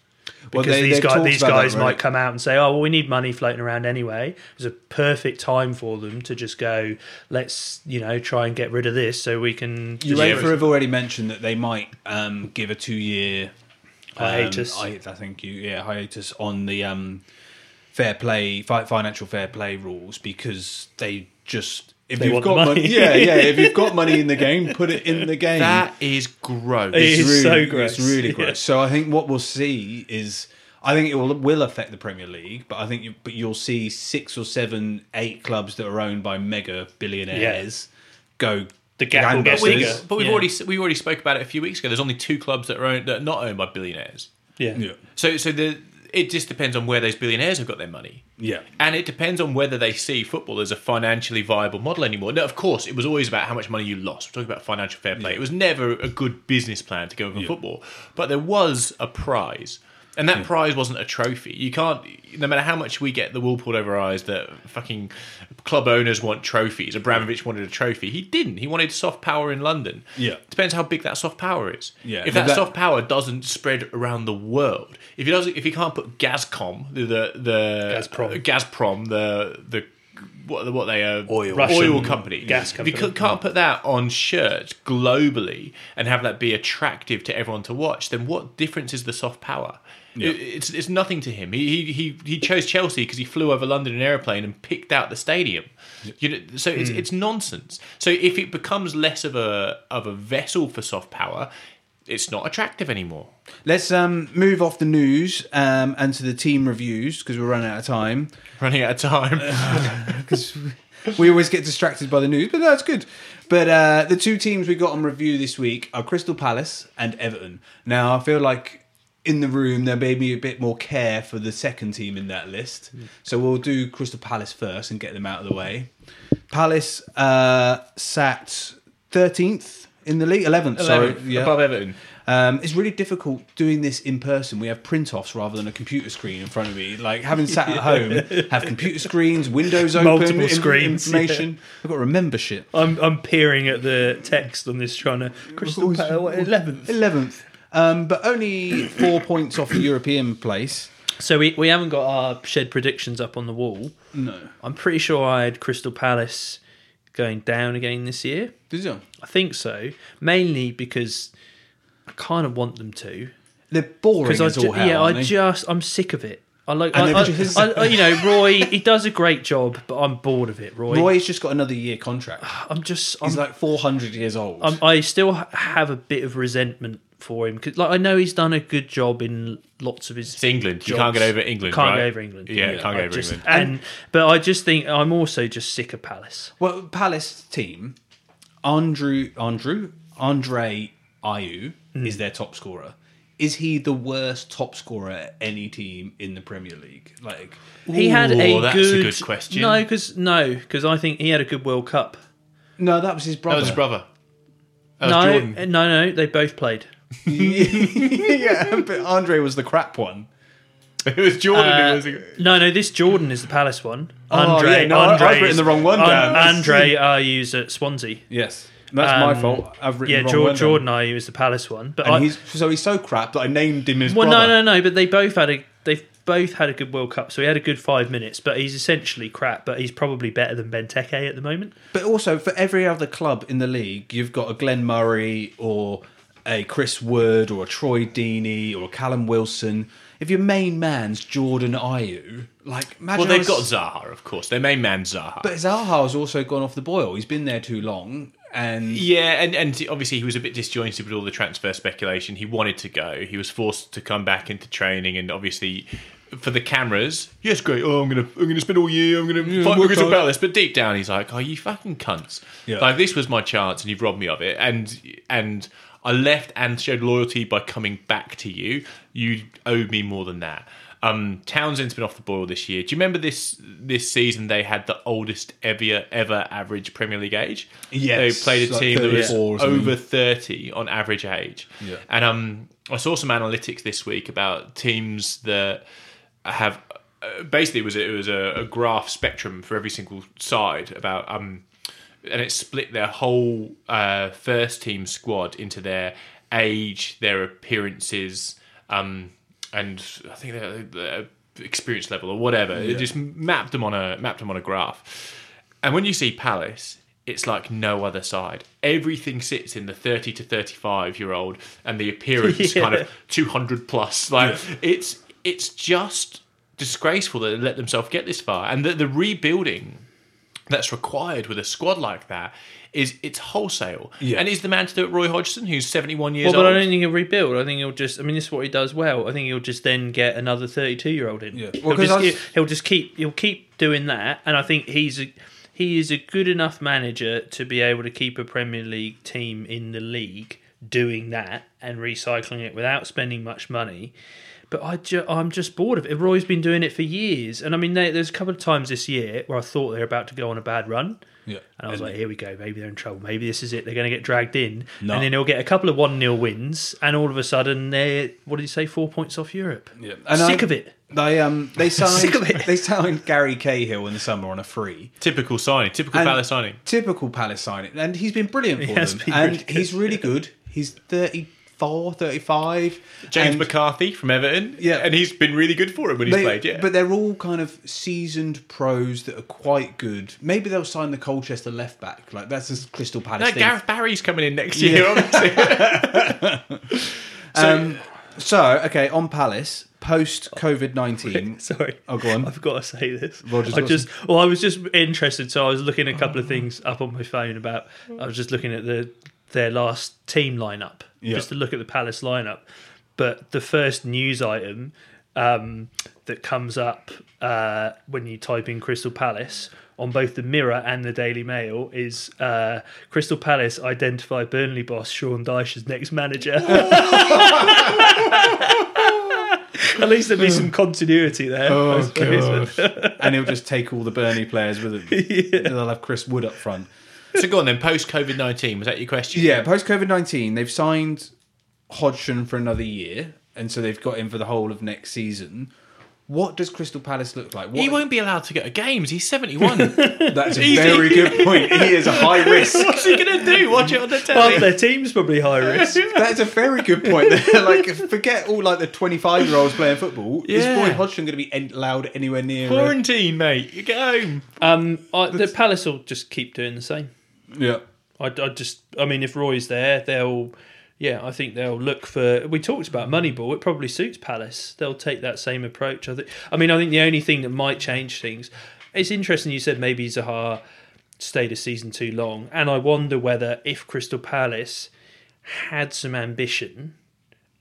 Well,
Because
they-
these
they've
guys,
talked
these
about that,
guys
right?
might come out and say, "Oh, well, we need money floating around anyway." It's a perfect time for them to just go, "Let's, you know, try and get rid of this so we can."
UEFA have already mentioned that they might um, give a two-year um,
Hiatus.
I, I think you, yeah, hiatus on the um, fair play, fi- financial fair play rules because they just if
They
you've
want the
got
money.
money, yeah, yeah, if you've got money in the game, put it in the game.
that is gross.
It is so gross.
It's really
Yeah.
gross. So I think what we'll see is. I think it will, will affect the Premier League, but I think you, but you'll see six or seven, eight clubs that are owned by mega billionaires go.
The gap will get
gangbusters.
But we-
bigger.
But we've
Yeah.
already we already spoke about it a few weeks ago. There's only two clubs that are owned, that are not owned by billionaires.
yeah.
Yeah.
So so the it just depends on where those billionaires have got their money.
Yeah.
And it depends on whether they see football as a financially viable model anymore. Now, of course, it was always about how much money you lost. We're talking about financial fair play. It was never a good business plan to go for football, but there was a prize. And that prize wasn't a trophy. You can't, no matter how much we get the wool pulled over our eyes that fucking club owners want trophies. Abramovich wanted a trophy. He didn't. He wanted soft power in London.
Yeah.
Depends how big that soft power is.
Yeah.
If that,
That-
soft power doesn't spread around the world, if he doesn't, if he can't put Gazcom, the the, the uh,
Gazprom.
Gazprom, the the what what they are
Oil.
Russian
oil company
gas
If you
company.
c- can't put that on shirts globally and have that be attractive to everyone to watch, then what difference is the soft power? It- it's it's nothing to him. He he he, he chose Chelsea because he flew over London in an airplane and picked out the stadium. You know, so it's
Hmm.
it's nonsense. So if it becomes less of a of a vessel for soft power, it's not attractive anymore.
Let's um, move off the news um, and to the team reviews because we're running out of time.
Running out of time.
Uh,
Because we always get distracted by the news, but that's good. But uh, the two teams we got on review this week are Crystal Palace and Everton. Now I feel like in the room there may be a bit more care for the second team in that list, so we'll do Crystal Palace first and get them out of the way. Palace uh, sat thirteenth in the league, eleventh. Sorry,
11th,
yeah.
above Everton.
Um, it's really difficult doing this in person. We have print offs rather than a computer screen in front of me. Like having sat at home, have computer screens, windows open,
Multiple
in-
screens,
information. I've got to remember shit.
I'm I'm peering at the text on this, trying to Crystal Palace eleventh.
Eleventh, um, but only four points off the European place.
So we, we haven't got our shed predictions up on the wall.
No,
I'm pretty sure I had Crystal Palace going down again this year.
did you?
I think so, mainly because I kind of want them to.
They're boring as
Because I
all
ju-
hell.
yeah,
aren't
I
they?
just I'm sick of it. I like
And
I,
they
I,
just-
I- I- you know Roy. He does a great job, but I'm bored of it, Roy.
Roy's just got another year contract.
I'm just I'm,
He's like four hundred years old.
I'm, I still ha- have a bit of resentment for him because like I know he's done a good job in lots of his.
It's England. You
jobs.
can't get over England.
Can't
right?
get over England.
Yeah, can't
I
get over
just-
England.
And but I just think I'm also just sick of Palace.
Well, Palace team, Andrew, Andrew, Andre Ayew
Hmm.
is their top scorer. Is he the worst top scorer at any team in the Premier League? Like,
He had a
Ooh, that's a
good,
good question.
No, because no, because I think he had a good World Cup.
no, that was his
That
brother.
was his brother. That was
No, eh,
Jordan.
no, no, they both played.
yeah, but Andre was the crap one.
It was Jordan.
Uh,
who was
no, no, this Jordan is the Palace one.
Oh,
Andre,
yeah, no, I- I've
Andre's-
written the wrong one down.
Andre Ayew's at Swansea.
Yes, that's my
Um,
fault. I've written
yeah,
the wrong
Jor-
one down.
Jordan Ayew is the Palace one. But I,
And he's, so he's so crap that I named him his
well,
brother.
no, no, no. But they both had a they've both had a good World Cup, so he had a good five minutes. But he's essentially crap. But he's probably better than Benteke at the moment.
But also, for every other club in the league, you've got a Glenn Murray or a Chris Wood or a Troy Deeney or a Callum Wilson. If your main man's Jordan Ayew, like
Well,
imagine
they've
how
got
s-
Zaha, of course. Their main man, Zaha.
But Zaha's also gone off the boil. He's been there too long, and
yeah, and, and obviously he was a bit disjointed with all the transfer speculation. He wanted to go. He was forced to come back into training, and obviously for the cameras, yes, great. Oh, I'm gonna I'm gonna spend all year. I'm gonna fight,
work
we're gonna talk
hard.
about this. But deep down, he's like, "Oh, you fucking cunts!
Yeah.
Like this was my chance, and you've robbed me of it." And and I left and showed loyalty by coming back to you. You owed me more than that. Um, Townsend's been off the boil this year. Do you remember this this season? They had the oldest ever ever average Premier League age.
Yes,
They played a
like
team that was
34 or something.
over 30 on average age.
Yeah.
And um, I saw some analytics this week about teams that have uh, basically it was it was a, a graph spectrum for every single side about um, and it split their whole uh, first team squad into their age, their appearances, um, and I think their, their experience level or whatever. It just mapped them on a mapped them on a graph. And when you see Palace, it's like no other side. Everything sits in the 30 to 35 year old and the appearance is kind of 200 plus. Like it's it's just disgraceful that they let themselves get this far and the, the rebuilding that's required with a squad like that is it's wholesale.
Yeah.
And is the man to do it Roy Hodgson who's 71 years
Well, but I
old?
don't think he'll rebuild. I think he'll just. I mean, this is what he does well. I think he'll just then get another thirty-two-year-old in.
Yeah.
He'll,
Well, 'cause
just,
I was-
he'll just keep. He'll keep doing that, and I think he's a, he is a good enough manager to be able to keep a Premier League team in the league doing that and recycling it without spending much money. But I ju- I'm just bored of it. Roy's been doing it for years, and I mean, there, there's a couple of times this year where I thought they were about to go on a bad run.
yeah,
And I was like, here we go. Maybe they're in trouble. Maybe this is it. They're going to get dragged in.
No.
And then they'll get a couple of 1 0 wins. And all of a sudden, they're, what did you say, four points off Europe?
yeah.
Sick
I-
of it.
They um they signed
Sick of it.
they signed Gary Cahill in the summer on a free.
typical signing, typical
And-
Palace signing.
Typical Palace signing. And he's been brilliant for
has
them.
been
and
really good.
he's really good. He's 34, 35.
James
and-
McCarthy from Everton.
Yeah.
And he's been really good for him when he's
They-
played, yeah.
But they're all kind of seasoned pros that are quite good. Maybe they'll sign the Colchester left back. Like that's a Crystal Palace
No,
thing.
Gareth Barry's coming in next year, obviously. so,
Um, so okay, on Palace post COVID nineteen.
Sorry.
Oh, go on.
I've got to say this.
Rogers
I just well, I was just interested, so I was looking at a couple of things up on my phone about. I was just looking at the their last team lineup,
Yeah.
just to look at the Palace lineup. But the first news item um, that comes up uh, when you type in Crystal Palace on both the Mirror and the Daily Mail is uh, Crystal Palace identify Burnley boss Sean Dyche as next manager. At least there'd be some continuity there. I
Oh
suppose.
god! and he'll just take all the Burnley players with him. They'll have Chris Wood up front.
So go on then. Post COVID nineteen was that your question?
Yeah, post COVID 19, they've signed Hodgson for another year, and so they've got him for the whole of next season. What does Crystal Palace look like? What,
He won't be allowed to go to games. He's seventy one. What's
that's a
Easy.
very good point. He is a high risk.
he gonna do? Watch it on the
Half
telly.
their team's probably high risk.
That's a very good point. like, forget all like the twenty-five-year-olds playing football. Is
Yeah.
Boyd Hodgson going to be en- allowed anywhere near? uh,
Quarantine, mate. You get home.
Um, I, the Palace will just keep doing the same.
yeah,
I, I just, I mean, if Roy's there, they'll, yeah, I think they'll look for. We talked about Moneyball. It probably suits Palace. They'll take that same approach. I think. I mean, I think the only thing that might change things. It's interesting you said maybe Zaha stayed a season too long, and I wonder whether if Crystal Palace had some ambition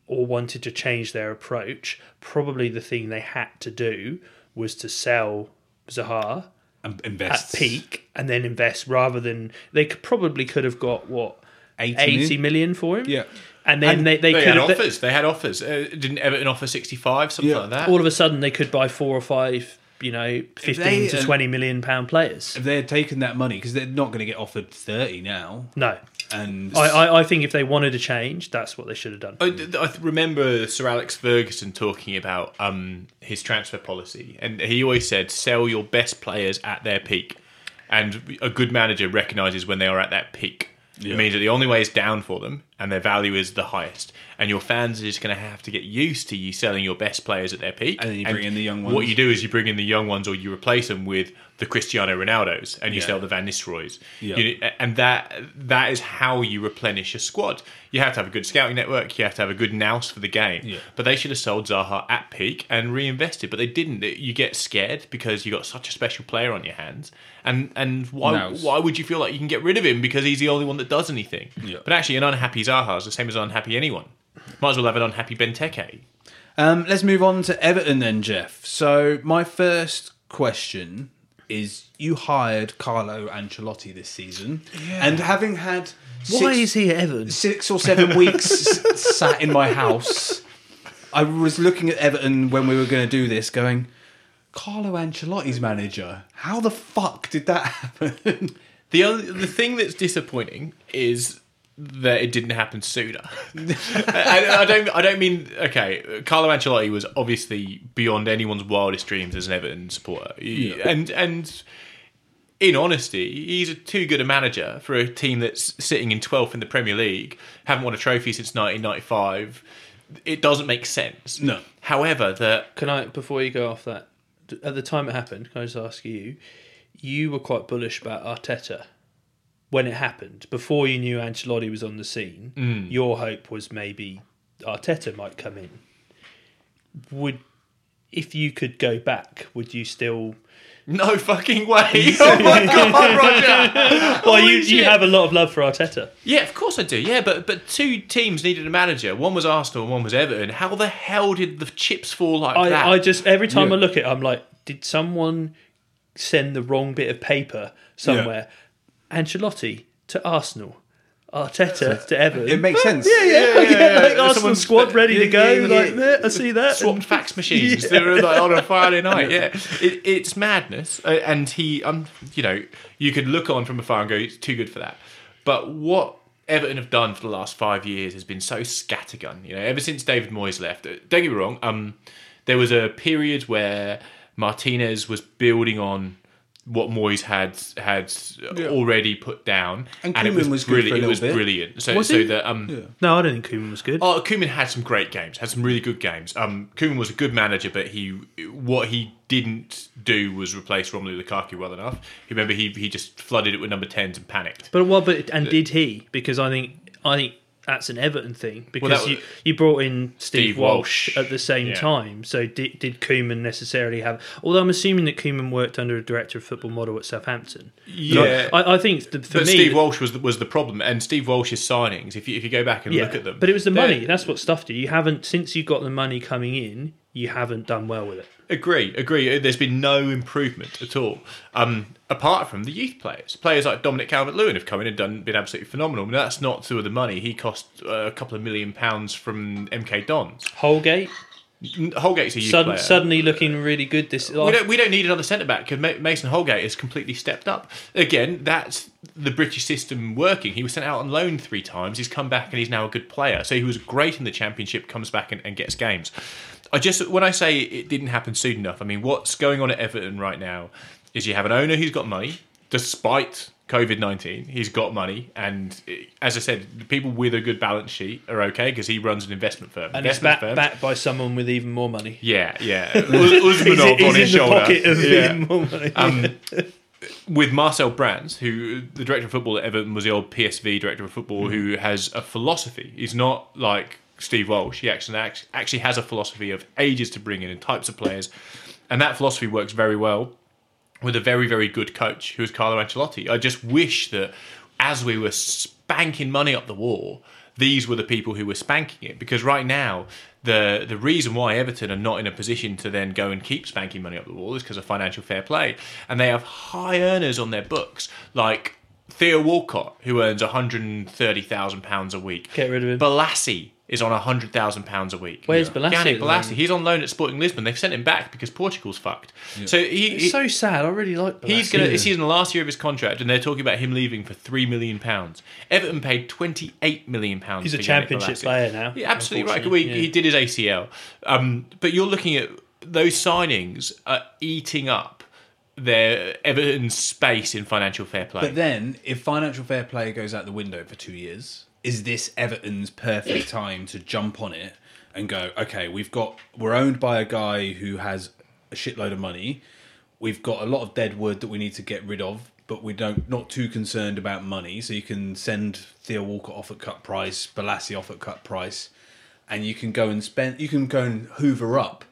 or wanted to change their approach, probably the thing they had to do was to sell Zaha
and
at
invest
peak and then invest rather than they could probably could have got what
80
80 million for him.
Yeah.
And then they, they,
They,
could
had
have
offers. They had offers. Uh, didn't Everton offer sixty five? Something
Yeah.
like that.
all of a sudden they could buy four or five, you know, 15
they-
to
and-
20 million pound players.
If they had taken that money, because they're not going to get offered thirty now,
No.
and
I, I, I think if they wanted to change, that's what they should have done.
I, I Oh, th- remember Sir Alex Ferguson talking about um, his transfer policy, and he always said, "Sell your best players at their peak." And a good manager recognizes when they are at that peak. It means that the only way is down for them, and their value is the highest. And your fans are just going to have to get used to you selling your best players at their peak,
And then you bring in the young
What
ones.
you do is you bring in the young ones, or you replace them with the Cristiano Ronaldos, and you
Yeah.
sell the Van Nistelrooys.
Yeah.
You know, and that that is how you replenish a squad. You have to have a good scouting network. You have to have a good nous for the game.
Yeah.
But they should have sold Zaha at peak and reinvested, but they didn't. You get scared because you got such a special player on your hands, and and why
Nous.
why would you feel like you can get rid of him because he's the only one that does anything?
Yeah.
But actually, an unhappy Zaha is the same as an unhappy anyone. Might as well have an unhappy Benteke.
Um, let's move on to Everton then, Jeff. So my first question is: You hired Carlo Ancelotti this season, and having had six,
Why is he at Everton?
six or seven weeks s- sat in my house, I was looking at Everton when we were going to do this, going. Carlo Ancelotti's manager. How the fuck did that happen?
The only, the thing that's disappointing is that it didn't happen sooner. I, I don't I don't mean okay. Carlo Ancelotti was obviously beyond anyone's wildest dreams as an Everton supporter, He- and and in honesty, he's a too good a manager for a team that's sitting in 12th in the Premier League, haven't won a trophy since 1995. It doesn't make sense.
No.
However, the
Can I, before you go off that, at the time it happened, can I just ask you, you were quite bullish about Arteta when it happened. Before you knew Ancelotti was on the scene, your hope was maybe Arteta might come in. Would, if you could go back, would you still?
no fucking way. Oh my god, Roger.
Well, you,
Holy
you
shit.
have a lot of love for Arteta.
Yeah, of course I do. Yeah, but but two teams needed a manager. One was Arsenal and one was Everton. How the hell did the chips fall like
I,
that?
I just every time
Yeah.
I look at, it, I'm like, did someone send the wrong bit of paper somewhere? Ancelotti to Arsenal, Arteta to Everton.
It makes sense.
yeah, yeah, yeah,
yeah,
like
yeah.
Arsenal
Someone's-
squad ready to
yeah,
go.
yeah,
like
yeah.
there, I see that.
swapped fax machines They were like on a Friday night. Yeah, it, it's madness. Uh, and he, um, you know, you could look on from afar and go, "It's too good for that." But what Everton have done for the last five years has been so scattergun. You know, ever since David Moyes left. uh, Don't get me wrong. Um, there was a period where Martinez was building on. What Moyes had had already put down,
And
and, it was,
Koeman was good for a
brilliant. It
little
was
bit.
brilliant. So,
Was
so
he?
that um,
No, I don't think Koeman was good.
Oh, Koeman had some great games. Had some really good games. Um, Koeman was a good manager, but he what he didn't do was replace Romelu Lukaku well enough. Remember, he he just flooded it with number tens and panicked.
But what? But and did he? Because I think I think that's an Everton thing because
that
you,
was-
you brought in Steve,
Steve Walsh.
Walsh, at the same
Yeah.
time. So did did Koeman necessarily have? Although I'm assuming that Koeman worked under a director of football model at Southampton. But I, I, I think the, for
but
me.
Steve Walsh was the, was the problem, and Steve Walsh's signings. If you if you go back and
yeah,
look at them,
but it was the
they're-
money. That's what stuffed you. You haven't since you got the money coming in. You haven't done well with it.
Agree, agree. There's been no improvement at all, um, apart from the youth players. Players like Dominic Calvert-Lewin have come in and done been absolutely phenomenal. But that's not through the money. He cost uh, a couple of million pounds from MK Dons.
Holgate,
Holgate's a youth
Sudden,
player.
suddenly looking really good this.
we don't, we don't need another centre back because Mason Holgate has completely stepped up. Again, that's the British system working. He was sent out on loan three times. He's come back and he's now a good player. So he was great in the Championship, comes back and, and gets games. I just when I say it didn't happen soon enough, I mean what's going on at Everton right now is you have an owner who's got money, despite COVID nineteen, he's got money, and eh, as I said, the people with a good balance sheet are okay because he runs an investment firm.
and it's
Investment
back,
firms-
backed by someone with even more money.
yeah, yeah. Uz- Uzmanov
he's
on his
in
shoulder.
the pocket of
Yeah.
even more money.
With Marcel Brands, who the director of football at Everton was the old PSV director of football, who has a philosophy. He's not like Steve Walsh. He actually act- actually has a philosophy of ages to bring in and types of players, and that philosophy works very well with a very very good coach who is Carlo Ancelotti. I just wish that as we were spanking money up the wall, these were the people who were spanking it because right now the the reason why Everton are not in a position to then go and keep spanking money up the wall is because of financial fair play and they have high earners on their books like Theo Walcott who earns 130,000 pounds a week.
Get rid of him.
Balassi is on 100,000 pounds a week.
Where's Balassi at
Yannick Balassi,
the moment?
he's on loan at Sporting Lisbon. They've sent him back because Portugal's fucked. So he,
It's
he-
so sad. I really like. Balassi.
He's gonna. He's in the last year of his contract, and they're talking about him leaving for three million pounds. Everton paid twenty eight million pounds.
He's a
for Yannick
championship
Bolasie.
player now.
Yeah, absolutely right.
unfortunately.
We,
Yeah.
He did his ACL, um, but you're looking at those signings are eating up their Everton's space in financial fair play.
But then, if financial fair play goes out the window for two years, is this Everton's perfect time to jump on it and go, okay, we've got, we're owned by a guy who has a shitload of money. We've got a lot of dead wood that we need to get rid of, but we don't, not too concerned about money. So you can send Theo Walker off at cut price, Balassi off at cut price, and you can go and spend, you can go and hoover up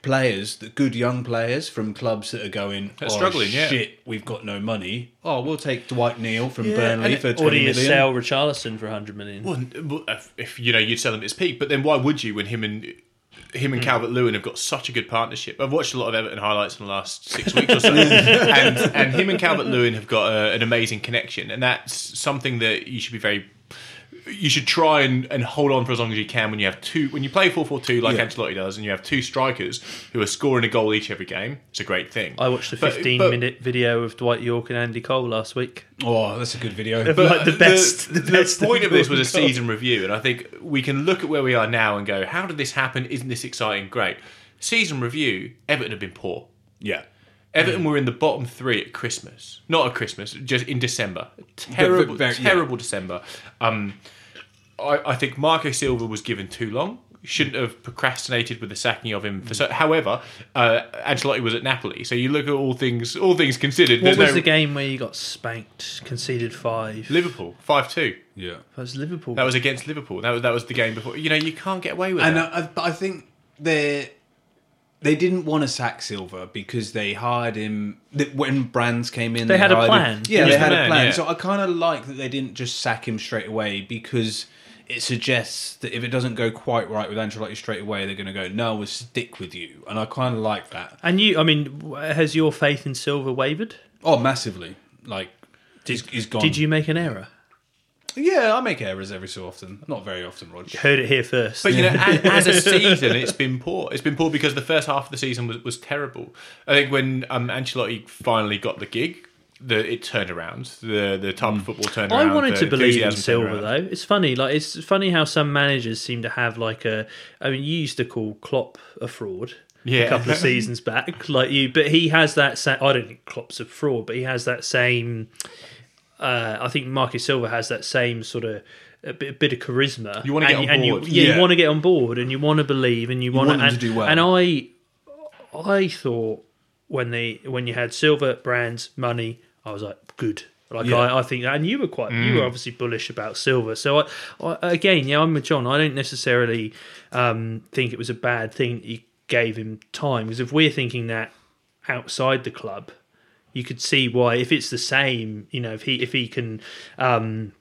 players, the good young players from clubs that are going, oh,
struggling, yeah.
shit, we've got no money. Oh, we'll take Dwight Neal from Burnley
and
for
Or do
twenty
you
million.
sell Richarlison for 100 million?
Well, well, if- if you know you'd sell him at his peak, but then why would you when him and him and Calvert Lewin have got such a good partnership? I've watched a lot of Everton highlights in the last six weeks or so, and, and him and Calvert Lewin have got a, an amazing connection, and that's something that you should be very. You should try and, and hold on for as long as you can when you have two when you play four four two like
Yeah.
Ancelotti does, and you have two strikers who are scoring a goal each every game. It's a great thing.
I watched a
But-
15
but-
minute video of Dwight York and Andy Cole last week.
Oh, that's a good video.
But- like the best- the best
point of this was a
thing we've got.
season review, and I think we can look at where we are now and go, "How did this happen? Isn't this exciting? Great." Season review: Everton have been poor.
yeah,
Mm.
Everton were in the bottom three at Christmas, not at Christmas, just in December. Terrible,
Ve- ve- ve- yeah.
terrible December. Um, I, I think Marco Silva was given too long. Shouldn't have procrastinated with the sacking of
Mm.
him. For so, however, uh, Ancelotti was at Napoli, so you look at all things, all things considered.
What
there's
was
no
the game where you got spanked, conceded five?
Liverpool five two.
yeah.
That was Liverpool.
That was against Liverpool. That was that was the game before. You know, you can't get away with
And
uh,
that.
I, I, but I think they they didn't want to sack Silver because they hired him that when Brands came in.
They had a
hired him-
plan.
Yeah,
was
they
the
had
man,
a plan.
yeah.
So I kind of like that they didn't just sack him straight away because. It suggests that if it doesn't go quite right with Ancelotti straight away, they're going to go, "No, we'll stick with you," and I kind of like that.
and you, I mean, w- has your faith in Silver wavered?
Oh, massively! Like, he's, he's gone.
Did you make an error?
Yeah, I make errors every so often. Not very often, Rog.
Heard it here first.
but you know, as, as a season, it's been poor. It's been poor because the first half of the season was, was terrible. I think when um, Ancelotti finally got the gig, the it turned around. The the type of football turned around.
I wanted
the
to believe in
enthusiasm turned
Silver
around.
though. It's funny, like it's funny how some managers seem to have like a. I mean, you used to call Klopp a fraud.
Yeah.
a couple of seasons back, like you, but he has that. Sa- I don't think Klopp's a fraud, but he has that same. Uh, I think Marcus Silver has that same sort of a bit, a bit of charisma.
You wanna get
and,
on
and you,
board.
yeah,
Yeah.
you want to get on board, and you want to believe, and you, want
want them to
and-
do well.
And I, I thought when they when you had silver brands money, I was like good. Like
Yeah. Mm.
I, I think, and you were quite you were obviously bullish about silver. So I, I again, yeah, I'm with John. I don't necessarily um, think it was a bad thing that you gave him time because if we're thinking that outside the club, you could see why if it's the same, you know, if he if he can. Um,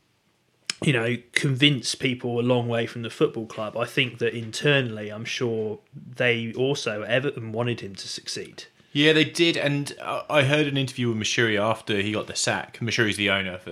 you know, convince people a long way from the football club. I think that internally, I'm sure they also Everton wanted him to succeed.
Yeah, they did, and uh, I heard an interview with Mashiri after he got the sack. Mashiri's the owner for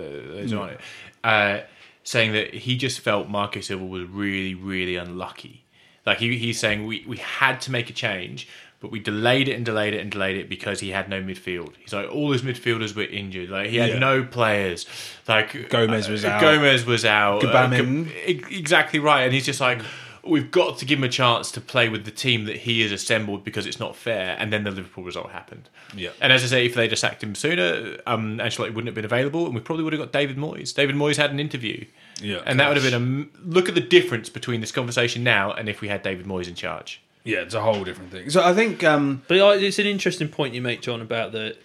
Mm.
those who aren't it, uh, saying that he just felt Marco Silva was really, really unlucky Like he, he's saying we, we had to make a change, but we delayed it and delayed it and delayed it because he had no midfield. He's like all his midfielders were injured. Like he had
Yeah.
no players. Like uh,
Gomez was out.
Gomez was out.
Gbamin.
Gab- e- exactly right. And he's just like. We've got to give him a chance to play with the team that he has assembled because it's not fair. And then the Liverpool result happened.
Yeah.
And as I say, if they just sacked him sooner, um, Ancelotti wouldn't have been available, and we probably would have got David Moyes. David Moyes had an interview.
Yeah,
And that would have been a m- look at the difference between this conversation now and if we had David Moyes in charge.
Yeah, it's a whole different thing. So I think um,
But I- it's an interesting point you make, John, about the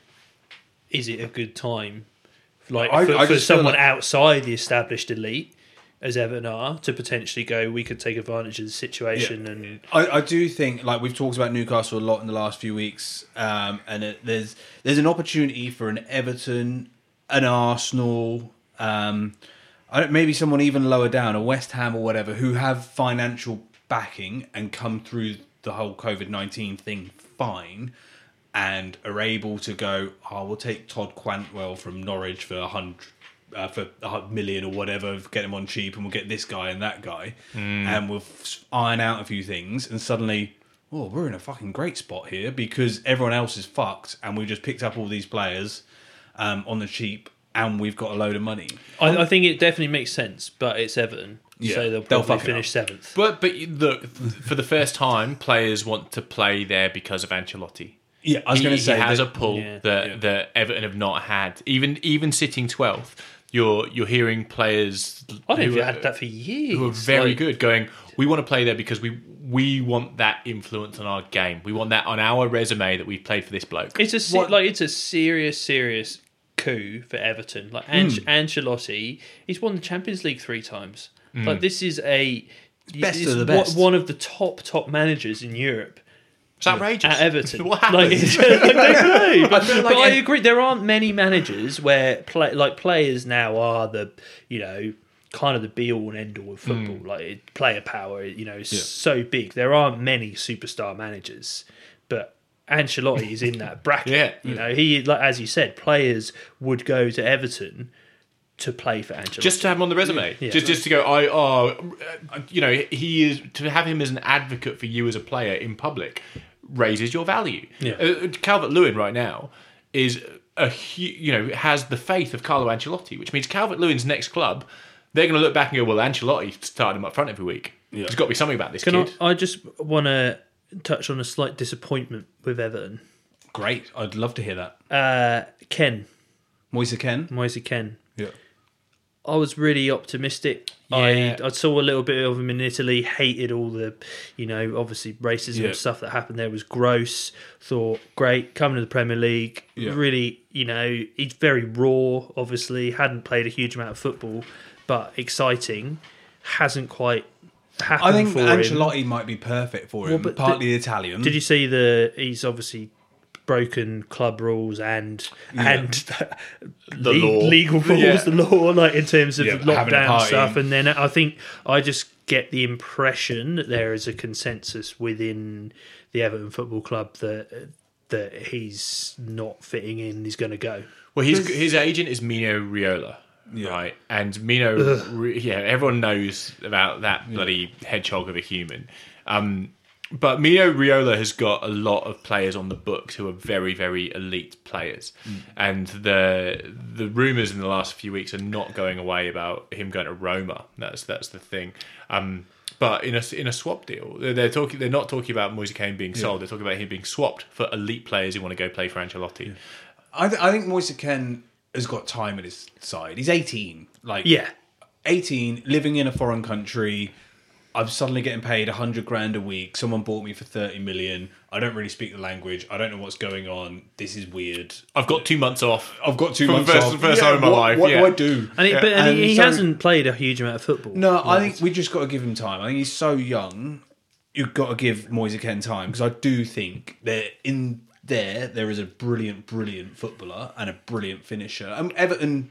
is it a good time, like
I-
for,
I
for
just feel
someone
like-
outside the established elite, as Everton are, to potentially go, we could take advantage of the situation, and
I, I do think like we've talked about Newcastle a lot in the last few weeks, um, and it, there's there's an opportunity for an Everton, an Arsenal, um, I don't, maybe someone even lower down, a West Ham or whatever, who have financial backing and come through the whole COVID nineteen thing fine, and are able to go. Oh, we'll take Todd Quantwell from Norwich for a hundred. Uh, for a hun- million or whatever, get him on cheap, and we'll get this guy and that guy, and we'll f- iron out a few things, and suddenly, oh, we're in a fucking great spot here because everyone else is fucked, and we've just picked up all these players um, on the cheap, and we've got a load of money.
I, I think it definitely makes sense. But it's Everton,
Yeah,
so they'll
they'll
probably
fuck it
finish
up.
seventh.
But but you- look, for the first time, players want to play there because of Ancelotti.
Yeah, I was
He,
going
he
to say
has
that-
a pull
Yeah.
that
Yeah.
that Everton have not had. Even even sitting twelfth, you're you're hearing players.
I don't
who
even
are-
had that for years.
who are very
Like,
good going we want to play there because we we want that influence on our game we want that on our resume that we've played for this bloke
It's a se-
What-
like it's a serious, serious coup for Everton. Like An-
Hmm.
Ancelotti, he's won the Champions League three times. Like this is a
Hmm. Best
he's
of the
one-
best.
One of the top top managers in Europe
it's outrageous
at Everton.
what
Like,
happened?
it's- I don't know. But,
feel like
but I
ev-
agree. There aren't many managers where play like players now are the you know kind of the be all and end all of football. Like it- player power, you know, is so big. There aren't many superstar managers, but. Ancelotti is in that bracket.
Yeah.
You know, he like as you said, players would go to Everton to play for Ancelotti.
just to have him on the resume
Yeah.
just just to go i oh uh, you know he is to have him as an advocate for you as a player in public raises your value
Yeah.
uh, calvert lewin right now is a hu- you know has the faith of carlo ancelotti which means calvert lewin's next club they're going to look back and go well ancelotti started him up front every week there's got to be something about this
Can I,
kid
I just want to touch on a slight disappointment with Everton.
great. I'd love to hear that.
Uh, Ken,
Moise Ken.
Moise Ken,
Yeah.
I was really optimistic.
Yeah.
I I saw a little bit of him in Italy. Hated all the, you know, obviously racism
Yeah.
and stuff that happened there was gross. Thought great coming to the Premier League.
Yeah.
Really, you know, he's very raw. Obviously, hadn't played a huge amount of football, but exciting. Hasn't quite happened.
I think
for him.
Ancelotti might be perfect for him,
but
partly
did-
Italian.
Did you see the? He's obviously broken club rules and and the
law.
legal rules,
Yeah.
the law, like in terms of
Yeah, having a
lockdown
party.
stuff. And then I think I just get the impression that there is a consensus within the Everton Football Club that that he's not fitting in. He's going to go.
Well, his his agent is Mino Riola, right? And Mino, Ri- yeah, everyone knows about that bloody hedgehog of a human. Um, but Mino Riola has got a lot of players on the books who are very, very elite players, and the the rumours in the last few weeks are not going away about him going to Roma. That's that's the thing. Um, but in a in a swap deal, they're, they're talking. They're not talking about Moise Kean being sold. They're talking about him being swapped for elite players who want to go play for Ancelotti.
I, th- I think Moise Ken has got time at his side. He's 18. Like,
Yeah,
18, living in a foreign country. I'm suddenly getting paid 100 grand a week. Someone bought me for 30 million. I don't really speak the language. I don't know what's going on. This is weird.
I've got two months off.
I've got two
From
months
first-
off.
first time in my
what,
life,
What
yeah.
do I do?
and he, but and
Uh, And
he, he
so-
hasn't played a huge amount of football.
No, I think we just got to give him time. I think he's so young. You've got to give Moise Ken time because I do think that in there there is a brilliant, brilliant footballer and a brilliant finisher. And Everton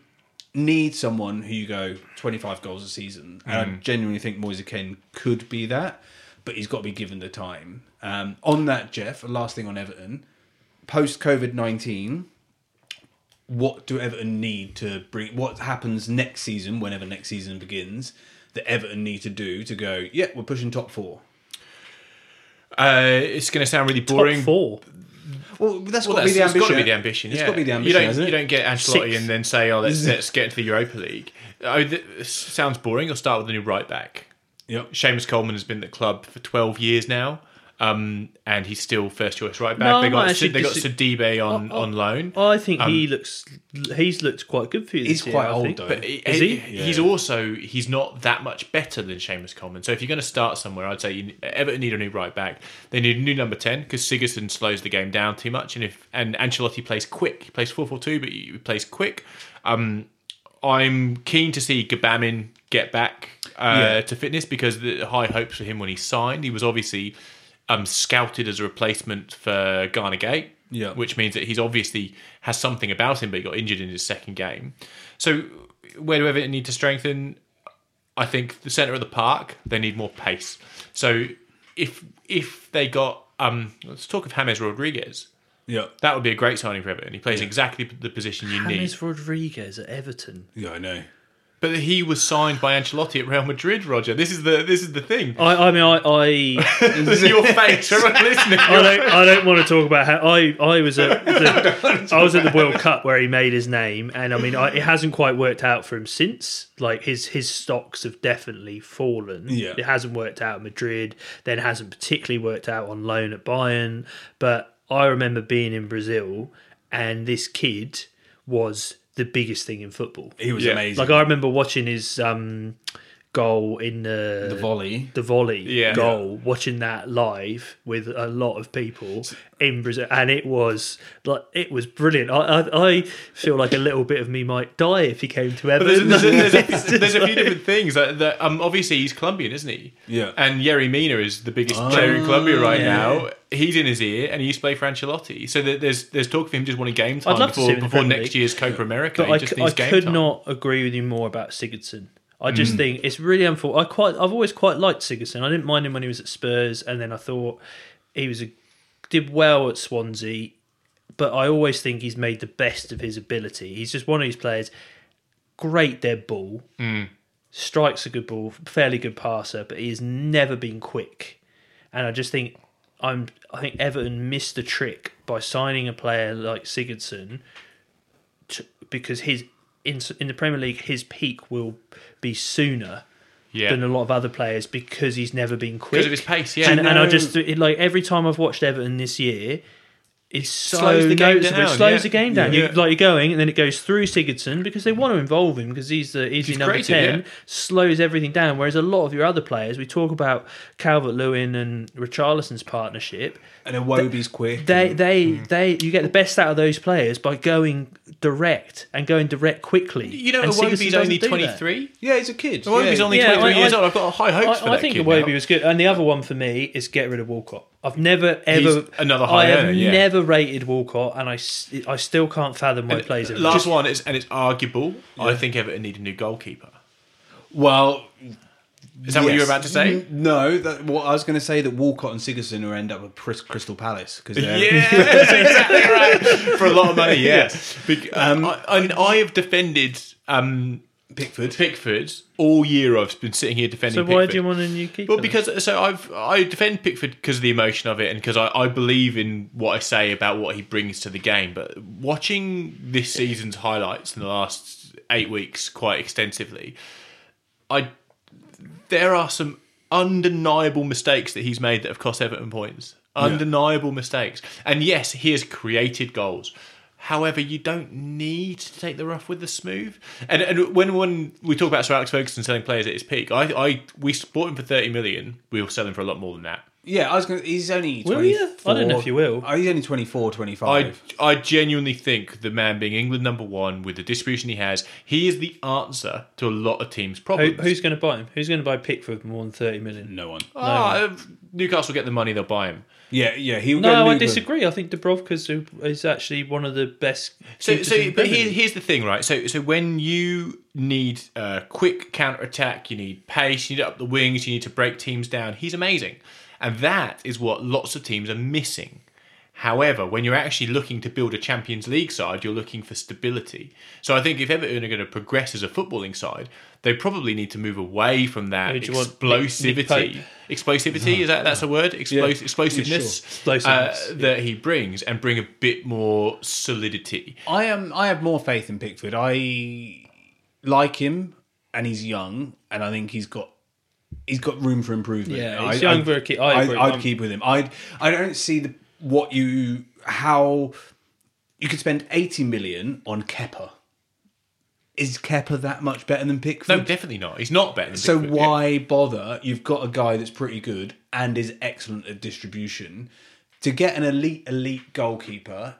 need someone who you go twenty five goals a season, and I genuinely think Moise Ken could be that, but he's got to be given the time. Um, on that, Jeff. Last thing on Everton, post COVID nineteen what do Everton need to bring? What happens next season, whenever next season begins, that Everton need to do to go? Yeah, we're pushing top four.
Uh, it's going to sound really boring.
Top four.
Well, that's
Well,
got to be
that's-
the
it's
ambition.
got to be the ambition.
It's
yeah.
got to be the
You
ambition,
don't,
hasn't
you
it?
don't get Ancelotti
Sixth.
and then say, "Oh, let's, let's get into the Europa League." Oh, th- this sounds boring. You'll start with a new right back.
Yep.
Seamus Coleman has been at the club for 12 years now, um, and he's still first choice right back.
No, I
they
might
got
actually Oh,
they got
dis-
Sidibe on, on loan,
I think he looks. He's looked quite good for you.
Um, He's
this year,
quite
I
old,
think.
though.
but
Is he?
He's also he's not that much better than Seamus Coleman. So if you're going to start somewhere, I'd say you, Everton need a new right back. They need a new number 10 because Sigerson slows the game down too much, and if and Ancelotti plays quick, he plays 4-4-2, but he plays quick. Um, I'm keen to see Gabamin get back uh,
Yeah.
to fitness because the high hopes for him when he signed. He was obviously um, scouted as a replacement for Garner Gate,
Yeah.
which means that he's obviously has something about him, but he got injured in his second game. So where do Everton need to strengthen? I think the centre of the park they need more pace. So if if they got um, let's talk of James Rodriguez.
Yeah.
That would be a great signing for Everton. He plays exactly the position you need.
James Rodriguez at Everton.
Yeah, I know.
But he was signed by Ancelotti at Real Madrid, Roger. This is the this is the thing.
I, I mean, I, I,
This is your face. Everyone listening.
I don't, I don't want to talk about how I, I was at, the, I was at the World Cup where he made his name, and I mean, I, it hasn't quite worked out for him since. Like his, his stocks have definitely fallen.
Yeah.
it hasn't worked out at Madrid. Then hasn't particularly worked out on loan at Bayern. But I remember being in Brazil, and this kid was the biggest thing in football.
He was
Yeah. uh,
amazing.
Like I remember watching his um, goal in the
the volley.
the volley
Yeah.
goal, watching that live with a lot of people in Brazil, and it was like it was brilliant. I I, I feel like a little bit of me might die if he came to
But there's,
Everton.
there's, there's, there's, there's a few different things. Like the, um, obviously, he's Colombian, isn't he?
Yeah.
And Yerry Mina is the biggest player in Colombia right now. He's in his ear, and he used to play for Ancelotti. So there- there's there's talk of him just wanting game time
love to
before
see him in the
before
Premier
next
League.
year's Copa America.
But I
he just
c- I,
needs game
could
time. Hmm.
not agree with you more about Sigurdsson. I just think it's really unfortunate. I quite, I've always quite liked Sigurdsson. I didn't mind him when he was at Spurs, and then I thought he was a, did well at Swansea. But I always think he's made the best of his ability. He's just one of these players. Great dead ball,
Hmm.
strikes a good ball, fairly good passer, but he's never been quick. And I just think I'm. I think Everton missed the trick by signing a player like Sigurdsson to, because his in in the Premier League his peak will be sooner
Yeah.
than a lot of other players because he's never been quick
Because of his pace, yeah.
And, and
No.
I just it, like every time I've watched Everton this year. It's so
slows the game
noticeable. It
down,
slows
yeah.
the game down.
Yeah.
You, like you're going, and then it goes through Sigurdsson because they want to involve him because he's the he's,
He's
your number
creative,
ten.
yeah.
Slows everything down. Whereas a lot of your other players, we talk about Calvert Lewin and Richarlison's partnership
And then Wobie's quick.
Mm.
they they they you get the best out of those players by going direct and going direct quickly.
you know,
and Sigurdsson's
Iwobi's only
23.
23.
yeah, he's a kid.
Iwobi's
yeah.
only
Yeah,
23
I-
years
I-
old. I've got high hopes for
I, I
that
think
kid
Iwobi
now.
was good, and the other one for me is get rid of Walcott. I've never ever
He's another high
I have
earner, yeah.
never rated Walcott, and I, s- I still can't fathom why he plays him.
Last
Just-
one is, and it's arguable. I think Everton need a new goalkeeper.
Well,
Is that what you were about to say?
No, that, what I was going to say that Walcott and Sigerson will end up at Pris- Crystal Palace because they're
Yeah, that's exactly right. For a lot of money, yes. Bec- um, I, I, mean, I have defended um,
Pickford.
Pickford all year. I've been sitting here defending.
so
Pickford.
why do you want a new keeper?
Well, because so I've I defend Pickford because of the emotion of it, and because I, I believe in what I say about what he brings to the game. But watching this season's highlights in the last eight weeks quite extensively, I there are some undeniable mistakes that he's made that have cost Everton points. Undeniable mistakes, and yes, he has created goals. However, you don't need to take the rough with the smooth. And and when when we talk about Sir Alex Ferguson selling players at his peak, I I we bought him for thirty million. We will sell him for a lot more than that.
Yeah, I was going. to He's only. 24,
Will you? I don't know if you will.
Oh, he's only 24, 25.
I, I genuinely think the man being England number one with the distribution he has, he is the answer to a lot of teams'
Who,
problems.
who's going to buy him? Who's going to buy Pickford for more than thirty million?
no one.
Ah, if Newcastle get the money, they'll buy him.
Yeah, yeah. He will go
No, I
Lugan.
disagree. I think Dubrovka's who is actually one of the best.
So,
keepers in
so
the
but
Premier
here,
League.
here's the thing, right? So, so when you need uh, quick counter attack, you need pace, you need up the wings, you need to break teams down. He's amazing, and that is what lots of teams are missing. However, when you're actually looking to build a Champions League side, you're looking for stability. So I think if Everton are going to progress as a footballing side, they probably need to move away from that
Who do you want? Nick- Nick Pope?
explosivity explosivity is that that's a word Explos-
Yeah,
explosiveness,
sure.
uh,
Explosiveness,
that he brings and bring a bit more solidity
I am. I have more faith in Pickford. I like him, and he's young, and I think he's got he's got room for improvement.
Yeah,
I,
he's young, very key- I agree.
would
I'm-
keep with him. I I don't see the what you how you could spend eighty million on Kepper. Is Kepper that much better than Pickford?
no definitely not he's not better than
So
Pickford.
why bother? You've got a guy that's pretty good and is excellent at distribution. To get an elite, elite goalkeeper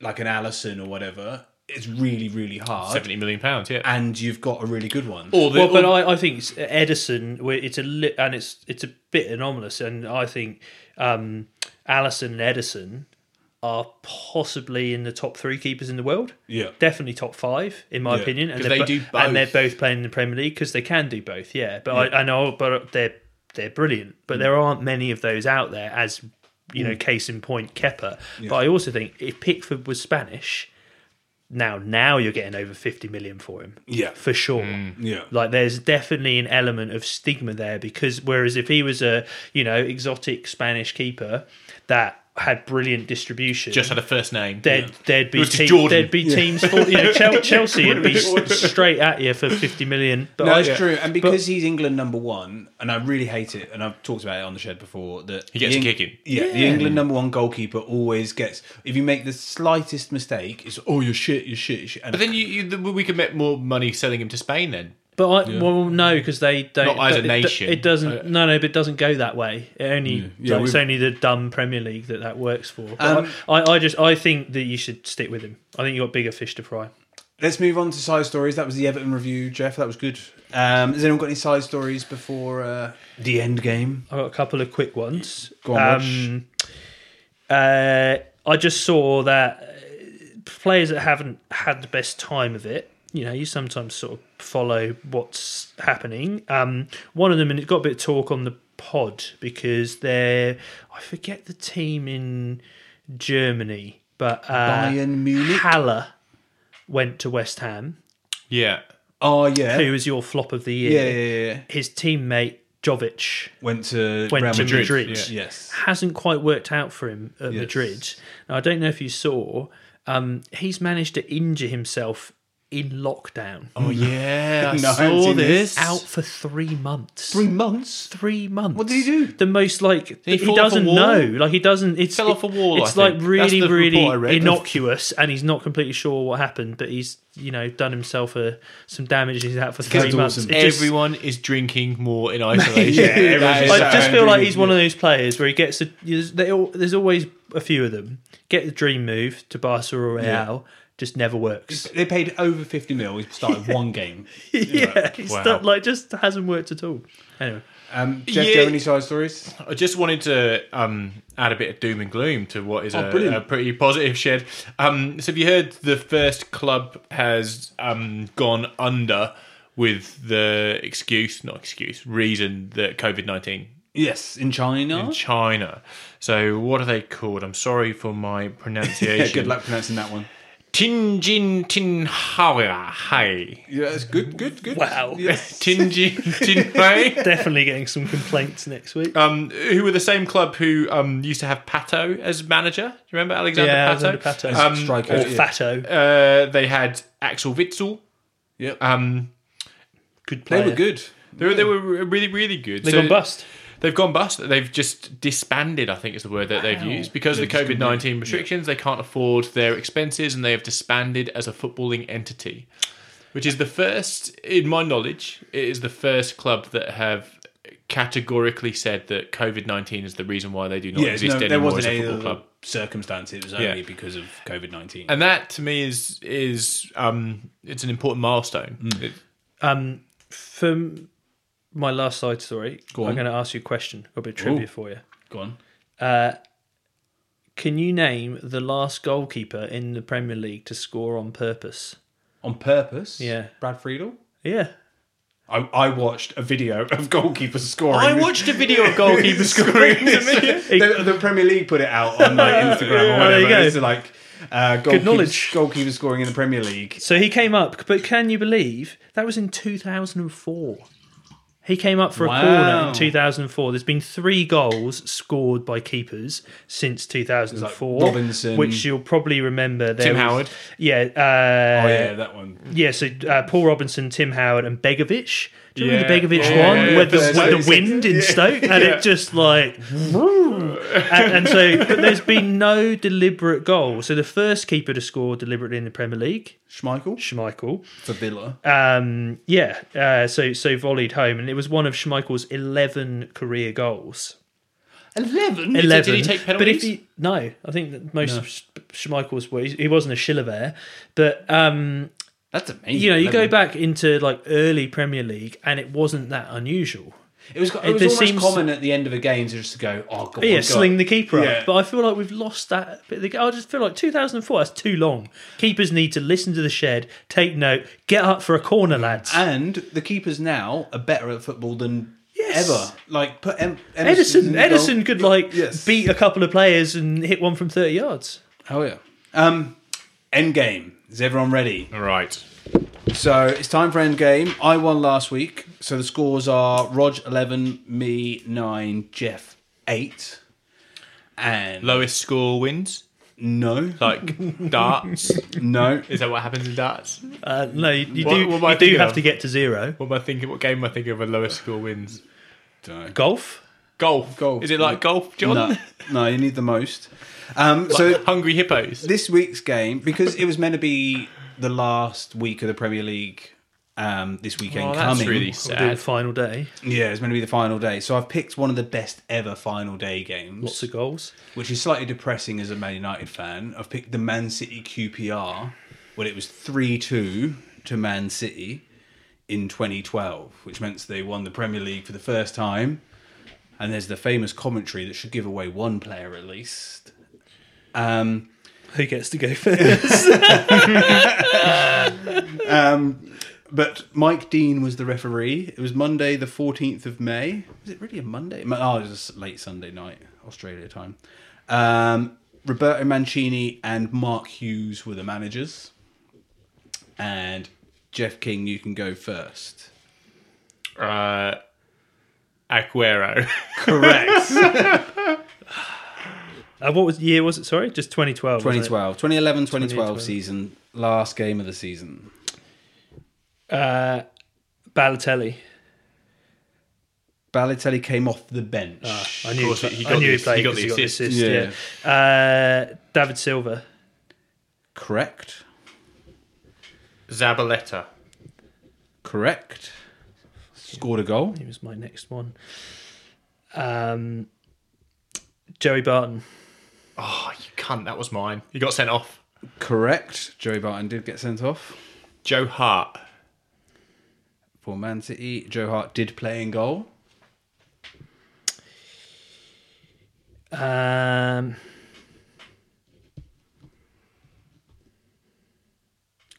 like an Allison or whatever, it's really, really hard.
70 million pounds yeah
And you've got a really good one.
or the,
well, but
or-
I, I think it's Edison. where It's a li- and it's it's a bit anomalous, and I think um, Allison and Edison are possibly in the top three keepers in the world.
Yeah.
definitely top five in my
Yeah,
opinion. And
'cause
they're
they do both.
and they're both playing in the Premier League because they can do both. Yeah, but I, I know, but they're they're brilliant. But there aren't many of those out there. As you know, case in point, Kepper. But I also think if Pickford was Spanish. Now, now you're getting over fifty million for him.
Yeah.
for sure.
yeah.
Like there's definitely an element of stigma there because whereas if he was a you know exotic Spanish keeper that had brilliant distribution,
just had a first name
there'd
Yeah.
there'd
It
be
was to
team,
Jordan.
there'd be teams for you know Chel- Chelsea would be s- straight at you for fifty million. But
no,
I-
it's true. And because he's England number one, and I really hate it, and I've talked about it on the shed before, that he
gets
the
a kick in.
Yeah, the England number one goalkeeper always gets. If you make the slightest mistake, it's oh you're shit, you're shit, you're shit. And
but then you, you the, we could make more money selling him to Spain then
But I, well, no, because they don't.
Not as a
it do-
nation.
it, doesn't. No, no, but it doesn't go that way. It only
Yeah,
like, it's
we've-
only the dumb Premier League that that works for. But I, I, I just I think that you should stick with him. I think you have got bigger fish to fry.
Let's move on to side stories. That was the Everton review, Jeff. That was good. Um, has anyone got any side stories before uh, the end game?
I got a couple of quick ones. Um,
Go on,
uh, I just saw that uh, players that haven't had the best time of it. You know, you sometimes sort of follow what's happening. Um, one of them, and it got a bit of talk on the pod because they're I forget the team in Germany, but uh,
Bayern Munich?
Haller went to West Ham.
yeah
Oh yeah,
Who was your flop of the
yeah,
year?
yeah, yeah, yeah.
His teammate Jovic
Went to
went
Real
to
Madrid.
Madrid.
yeah.
Yes.
hasn't quite worked out for him at
Yes.
Madrid. Now, I don't know if you saw, um, he's managed to injure himself in lockdown.
oh yeah I
Mm. No, I haven't
saw
seen
this,
this.
Out for three months.
Three months.
Three months. What
did he do?
The most like he,
he fall off a
doesn't
wall?
know. Like he doesn't. It's
Fell off a wall, I
It's like
think. That's
really,
the report I
really
read.
innocuous, and he's not completely sure what happened. But he's you know done himself a, some damage. He's out for three
That's
months.
awesome.
It just-
everyone is drinking more in isolation
Yeah, everyone's
That
just
is
I
out.
just
so-
feel like
Dream,
he's one of those players where he gets a. There's, they all, there's always a few of them. Get the dream move to Barca or Real, just never works.
They paid over fifty mil. We started one game.
yeah, it's
Wow.
not- like just hasn't worked at all. Anyway,
Um, Jeff, do
Yeah.
you have any side stories?
I just wanted to um, add a bit of doom and gloom to what is
Oh, brilliant.
a, a pretty positive shed. Um, so, have you heard the first club has um, gone under with the excuse, not excuse, reason that COVID 19
Yes, in China.
in China? So, what are they called? I'm sorry for my pronunciation.
yeah, good luck pronouncing that one.
Tinjin Tinhua Hai.
Yeah, that's good, good, good.
Wow.
Tinjin Tinhai.
definitely getting some complaints next week.
um, who were the same club who um, used to have Pato as manager. Do you remember Alexander
yeah,
Pato?
Alexander Pato
Um, striker.
or
yeah.
Fatto,
Uh, they had Axel Witzel.
Yep.
Um,
good
They
player.
were good.
they, were, they were really, really good.
They
So
gone bust.
They've gone bust. They've just disbanded, I think is the word that they've used. Because of the COVID 19 restrictions, they can't afford their expenses and they have disbanded as a footballing entity, which is the first, in my knowledge, it is the first club that have categorically said that COVID 19 is the reason why they do not
Yeah,
exist
no, there
anymore
wasn't
as a
any
football
other
club.
circumstance. It was only
Yeah.
because of COVID nineteen.
Um,
And that to me is is um it's an important milestone.
Mm.
It-
Um, for my last side story, I'm
on.
going to ask you a question. Got a bit of trivia
Ooh.
for you.
Go on.
Can you name the last goalkeeper in the Premier League to score on purpose?
On purpose.
Yeah.
Brad Friedel.
Yeah.
I, I watched a video of goalkeepers scoring.
I watched a video of goalkeeper scoring.
It's- the, the Premier League put it out on like Instagram or whatever.
There you go.
It's like uh, goalkeepers,
knowledge.
goalkeepers scoring in the Premier League.
So he came up, but can you believe that was in 2004? He came up for a corner
Wow.
in 2004. There's been three goals scored by keepers since 2004,
Robinson.
which you'll probably remember. There
Tim
was-
Howard.
yeah, uh,
Oh yeah, that one.
yeah. So uh, Paul Robinson, Tim Howard, and Begovic. Do you remember the
Yeah.
Begovic
Oh, yeah,
one
yeah,
with, the,
yeah.
with the wind in Stoke, and it just like, and, and so but there's been no deliberate goal. So the first keeper to score deliberately in the Premier League.
Schmeichel
Schmeichel.
for Villa.
Um, yeah, uh, so so volleyed home, and it was one of Schmeichel's eleven career goals.
Eleven.
Eleven.
he take
But if
penalties?
he, no, I think that most of Sch- Schmeichel's were. He wasn't a Schiller there, but um,
That's amazing.
you know, you go back into like early Premier League, and it wasn't that
Oh
unusual.
It was, it
It-
was
there
almost
seems-
common at the end of a game to just go, oh god,
But yeah, sling the keeper
Yeah.
up. But I feel like we've lost that. Bit of the, I just feel like 2004. That's too long. Keepers need to listen to the shed, take note, get up for a corner, lads.
And the keepers now are better at football than
Yes.
ever. Like put em-
Edison,
in goal.
Edison could like
Yes.
beat a couple of players and hit one from thirty yards.
Oh yeah. Um, end game. Is everyone ready?
Right.
So it's time for end game. I won last week, so the scores are Rog eleven, me nine, Jeff eight, and
Lowest score wins.
no,
Like darts.
no.
Is that what happens in darts?
Uh, no, you, you
What-
do.
what am I
you do
thinking
have
of?
to get to zero.
What am I thinking? What game am I thinking of? When lowest score wins.
Golf.
Golf.
Golf.
Is it like golf, John?
No, no, you need the most. Um, so
Hungry hippos.
this week's game, because it was meant to be the last week of the Premier League um, this weekend
Oh, that's
coming.
really
We'll do the
sad.
final day.
Yeah, it's meant to be the final day. So I've picked one of the best ever final day games,
Lots of goals.
which is slightly depressing as a Man United fan. I've picked the Man City QPR when it was 3 2 to Man City in 2012, which meant they won the Premier League for the first time. And there's the famous commentary that should give away one player at least. Um,
Who gets to go first?
But Mike Dean was the referee. It was Monday, the 14th of May. Was it really a Monday? Mo- Oh, it was a late Sunday night, Australia time. Um, Roberto Mancini and Mark Hughes were the managers. And Jeff King, you can go first.
Uh, Aguero.
Correct.
uh, what was year? Was it? Sorry, just 2012. wasn't it?
2012, 2011, 2012
2012.
season, last game of the season.
Uh, Balotelli.
Balotelli came off the bench.
I knew.
course,
He,
he
I
got
knew
the-
he played.
he got
'cause
the
He got the
assist.
assist. yeah. Uh, David Silva.
Correct.
Zabaleta.
Correct. Scored a goal.
He was my next one. Um, Joey Barton.
Oh, you cunt. That was mine. You got sent off.
Correct. Joey Barton did get sent off.
Joe Hart.
for Man City. Joe Hart did play in goal.
Um,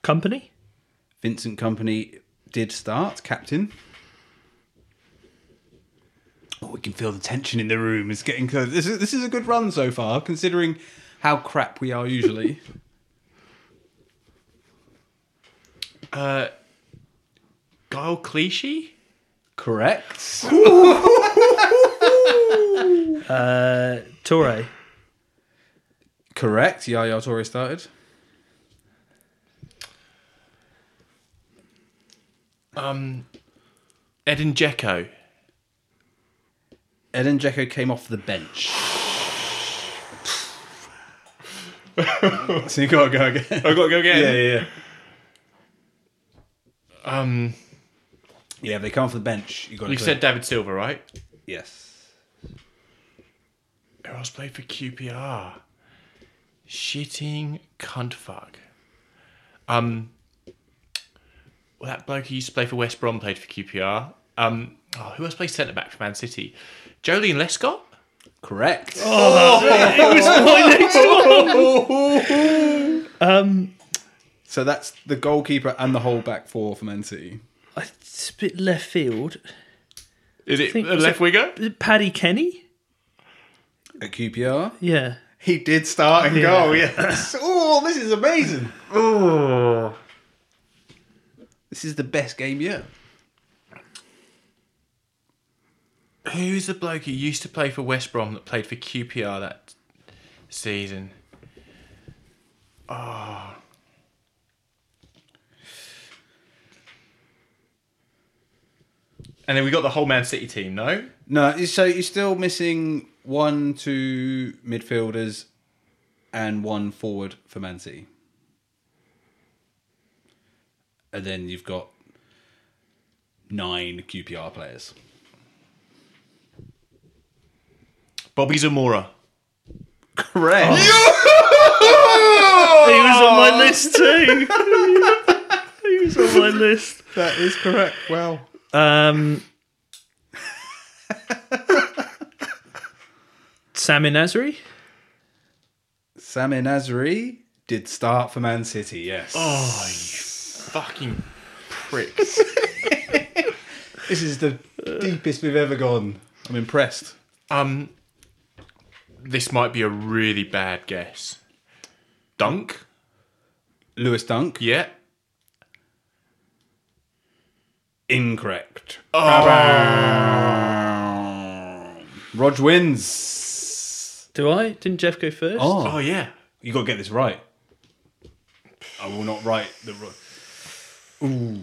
company?
Vincent Company did start, captain. Oh, we can feel the tension in the room. It's getting close. This is, this is a good run so far, considering how crap we are usually.
Uh, Guile Clichy?
Correct.
Uh, Torre.
Correct. Yaya Torre started.
Um, Edin Dzeko.
Eden Dzeko came off the bench. so you gotta go again.
I got to Oh, go again.
yeah.
Um,
Yeah, they come off the bench. You got.
you said David Silver, right?
yes.
Who else played for QPR? Shitting cunt fuck. Um, well, that bloke who used to play for West Brom played for QPR. Um, oh, who else played centre back for Man City? Jolene Lescott.
Correct.
Um,
Oh,
Oh, Um, So that's the goalkeeper and the whole back four for Man City.
It's a bit left field.
Is it
think-
a left winger?
Is it Paddy Kenny?
At QPR?
Yeah.
He did start and
go,
yes. oh, this is amazing.
Oh.
This is the best game yet.
Who's the bloke who used to play for West Brom that played for QPR that season? Ah. Oh. And then we got the whole Man City team, no?
No, so you're still missing one, two midfielders and one forward for Man City. And then you've got nine QPR players.
Bobby Zamora.
Correct.
He was on my list too. he was on my list.
that is correct. Wow.
Um, Sami Nasri?
Sami Nasri did start for Man City, yes.
Oh, you fucking pricks.
This is the deepest we've ever gone. I'm impressed.
um, this might be a really bad guess. Dunk?
Lewis Dunk?
Yeah.
Incorrect. Rog wins.
Do I? Didn't Jeff go first?
Oh,
Oh, yeah.
you got to get this right. I will not write the. Ro- Ooh,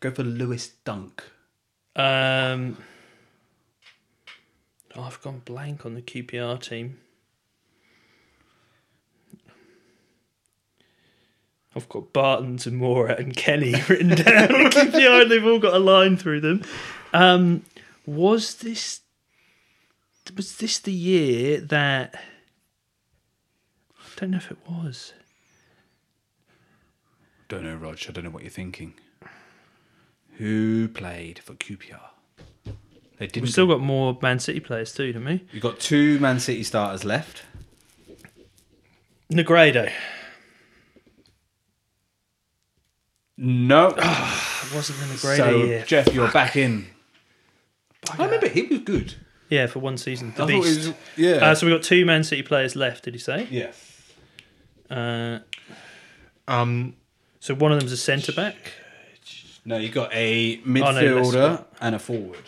go for Lewis Dunk.
Um, oh, I've gone blank on the QPR team. I've got Barton, Zamora, and Kenny written down. on QPR, and they've all got a line through them. Um, was this was this the year that? I don't know if it was.
Don't know, Rog. I don't know what you're thinking. Who played for QPR? They didn't.
We've still got more Man City players too, don't we?
You've got two Man City starters left.
Negredo.
No.
It wasn't the Negredo
so,
year.
Jeff, you're back in. I remember he was good.
Yeah, for one season. The
I thought he
least.
was. Yeah.
Uh, so we've got two Man City players left, did you say?
yeah.
Uh,
Um,
so one of them's a centre back.
No, you got a
no, that's-
midfielder and a forward.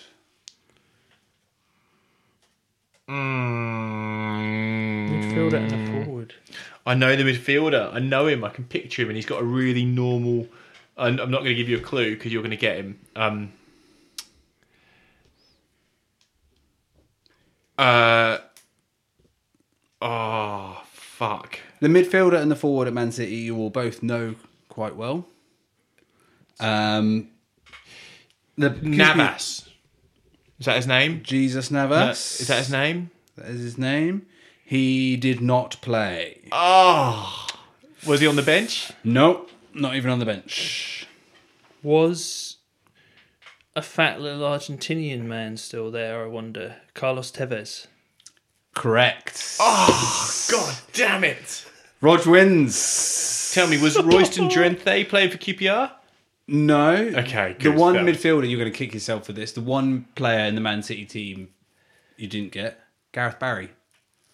mm.
Midfielder and a forward.
I know the midfielder. I know him. I can picture him, and he's got a really normal. And I'm not going to give you a clue because you're going to get him. Um, uh, oh fuck!
The midfielder and the forward at Man City, you will both know quite well. Um, the
Navas. Is that his name?
Jesus
Uh,
Navas.
Is that his name?
That is his name. He did not play.
Oh, was he on the bench?
No, not even on the bench.
Was a fat little Argentinian man still there, I wonder? Carlos Tevez.
Correct.
Oh. God damn it!
Rog wins.
Tell me, was Royston Drenthe playing for QPR?
No.
Okay,
The
good.
one
That was-
midfielder you're going to kick yourself for this. The one player in the Man City team you didn't get Gareth Barry.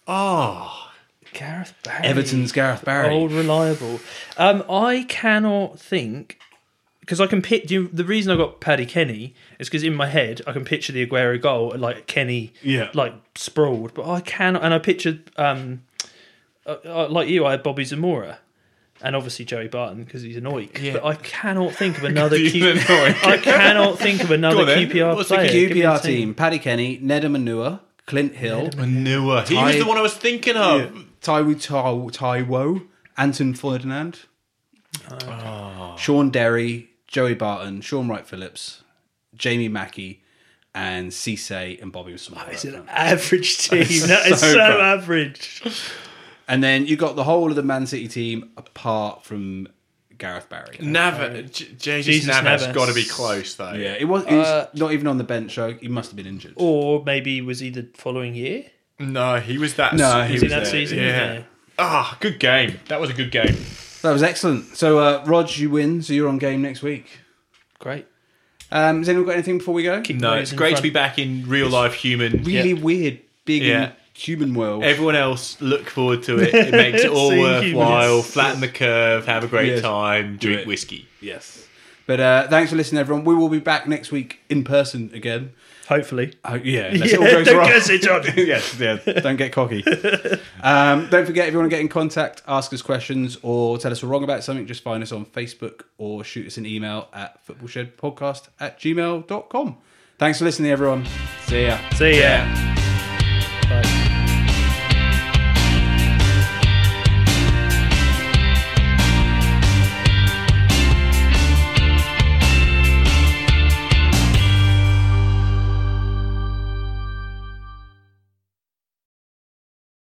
Oh,
Gareth Barry.
Everton's Gareth Barry.
Old reliable. Um, I cannot think because I can picture the reason I got Paddy Kenny is because in my head I can picture the Aguero goal and like Kenny,
Yeah.
like sprawled. But I cannot, and I pictured um, uh, uh, like you, I had Bobby Zamora. And obviously Joey Barton because he's an oik.
Yeah.
But I cannot think of another.
He's
Q-
an oik.
I cannot think of another
on then.
QPR
What's the
player. Give me a
QPR team: Paddy Kenny, Neda Manua, Clint Hill,
I knew her. He was
I-
the one I was thinking of.
Taiwo Ta- Taiwo, Anton Ferdinand, Sean Derry, Joey Barton, Sean Wright Phillips, Jamie Mackey, and Cisse and Bobby Smith.
It's an average team. That is
so
so
bad.
average.
And then you got the whole of the Man City team apart from Gareth Barry.
Navas, J- Jesus,
Jesus
Navas,
Navas.
got to be close though.
Yeah, it was, it was not even on the bench, so he must have been injured.
Or maybe was he the following year?
No, he was that.
No, he
Was he that season?
Yeah. Ah, good game. That was a good game.
That was excellent. So, uh, Rog, you win, so you're on game next week.
Great.
Um, has anyone got anything before we go?
No,
those
it's
in
great to
front.
be back in real life human.
Really weird, big
Yeah.
and human world.
Everyone else, look forward to it. It makes it all
Seeing
worthwhile.
humans.
Flatten the curve. Have a great
Yes.
time. Drink
it.
whiskey.
yes. But uh, thanks for listening, everyone. We will be back next week in person again.
Hopefully.
Uh, yeah, unless it all goes
don't
wrong.
curse it, John.
yes, yeah, don't get cocky. Um, don't forget, if you want to get in contact, ask us questions, or tell us we're wrong about something, just find us on Facebook or shoot us an email at footballshedpodcast at gmail.com. Thanks for listening, everyone. See ya.
See ya.
Yeah.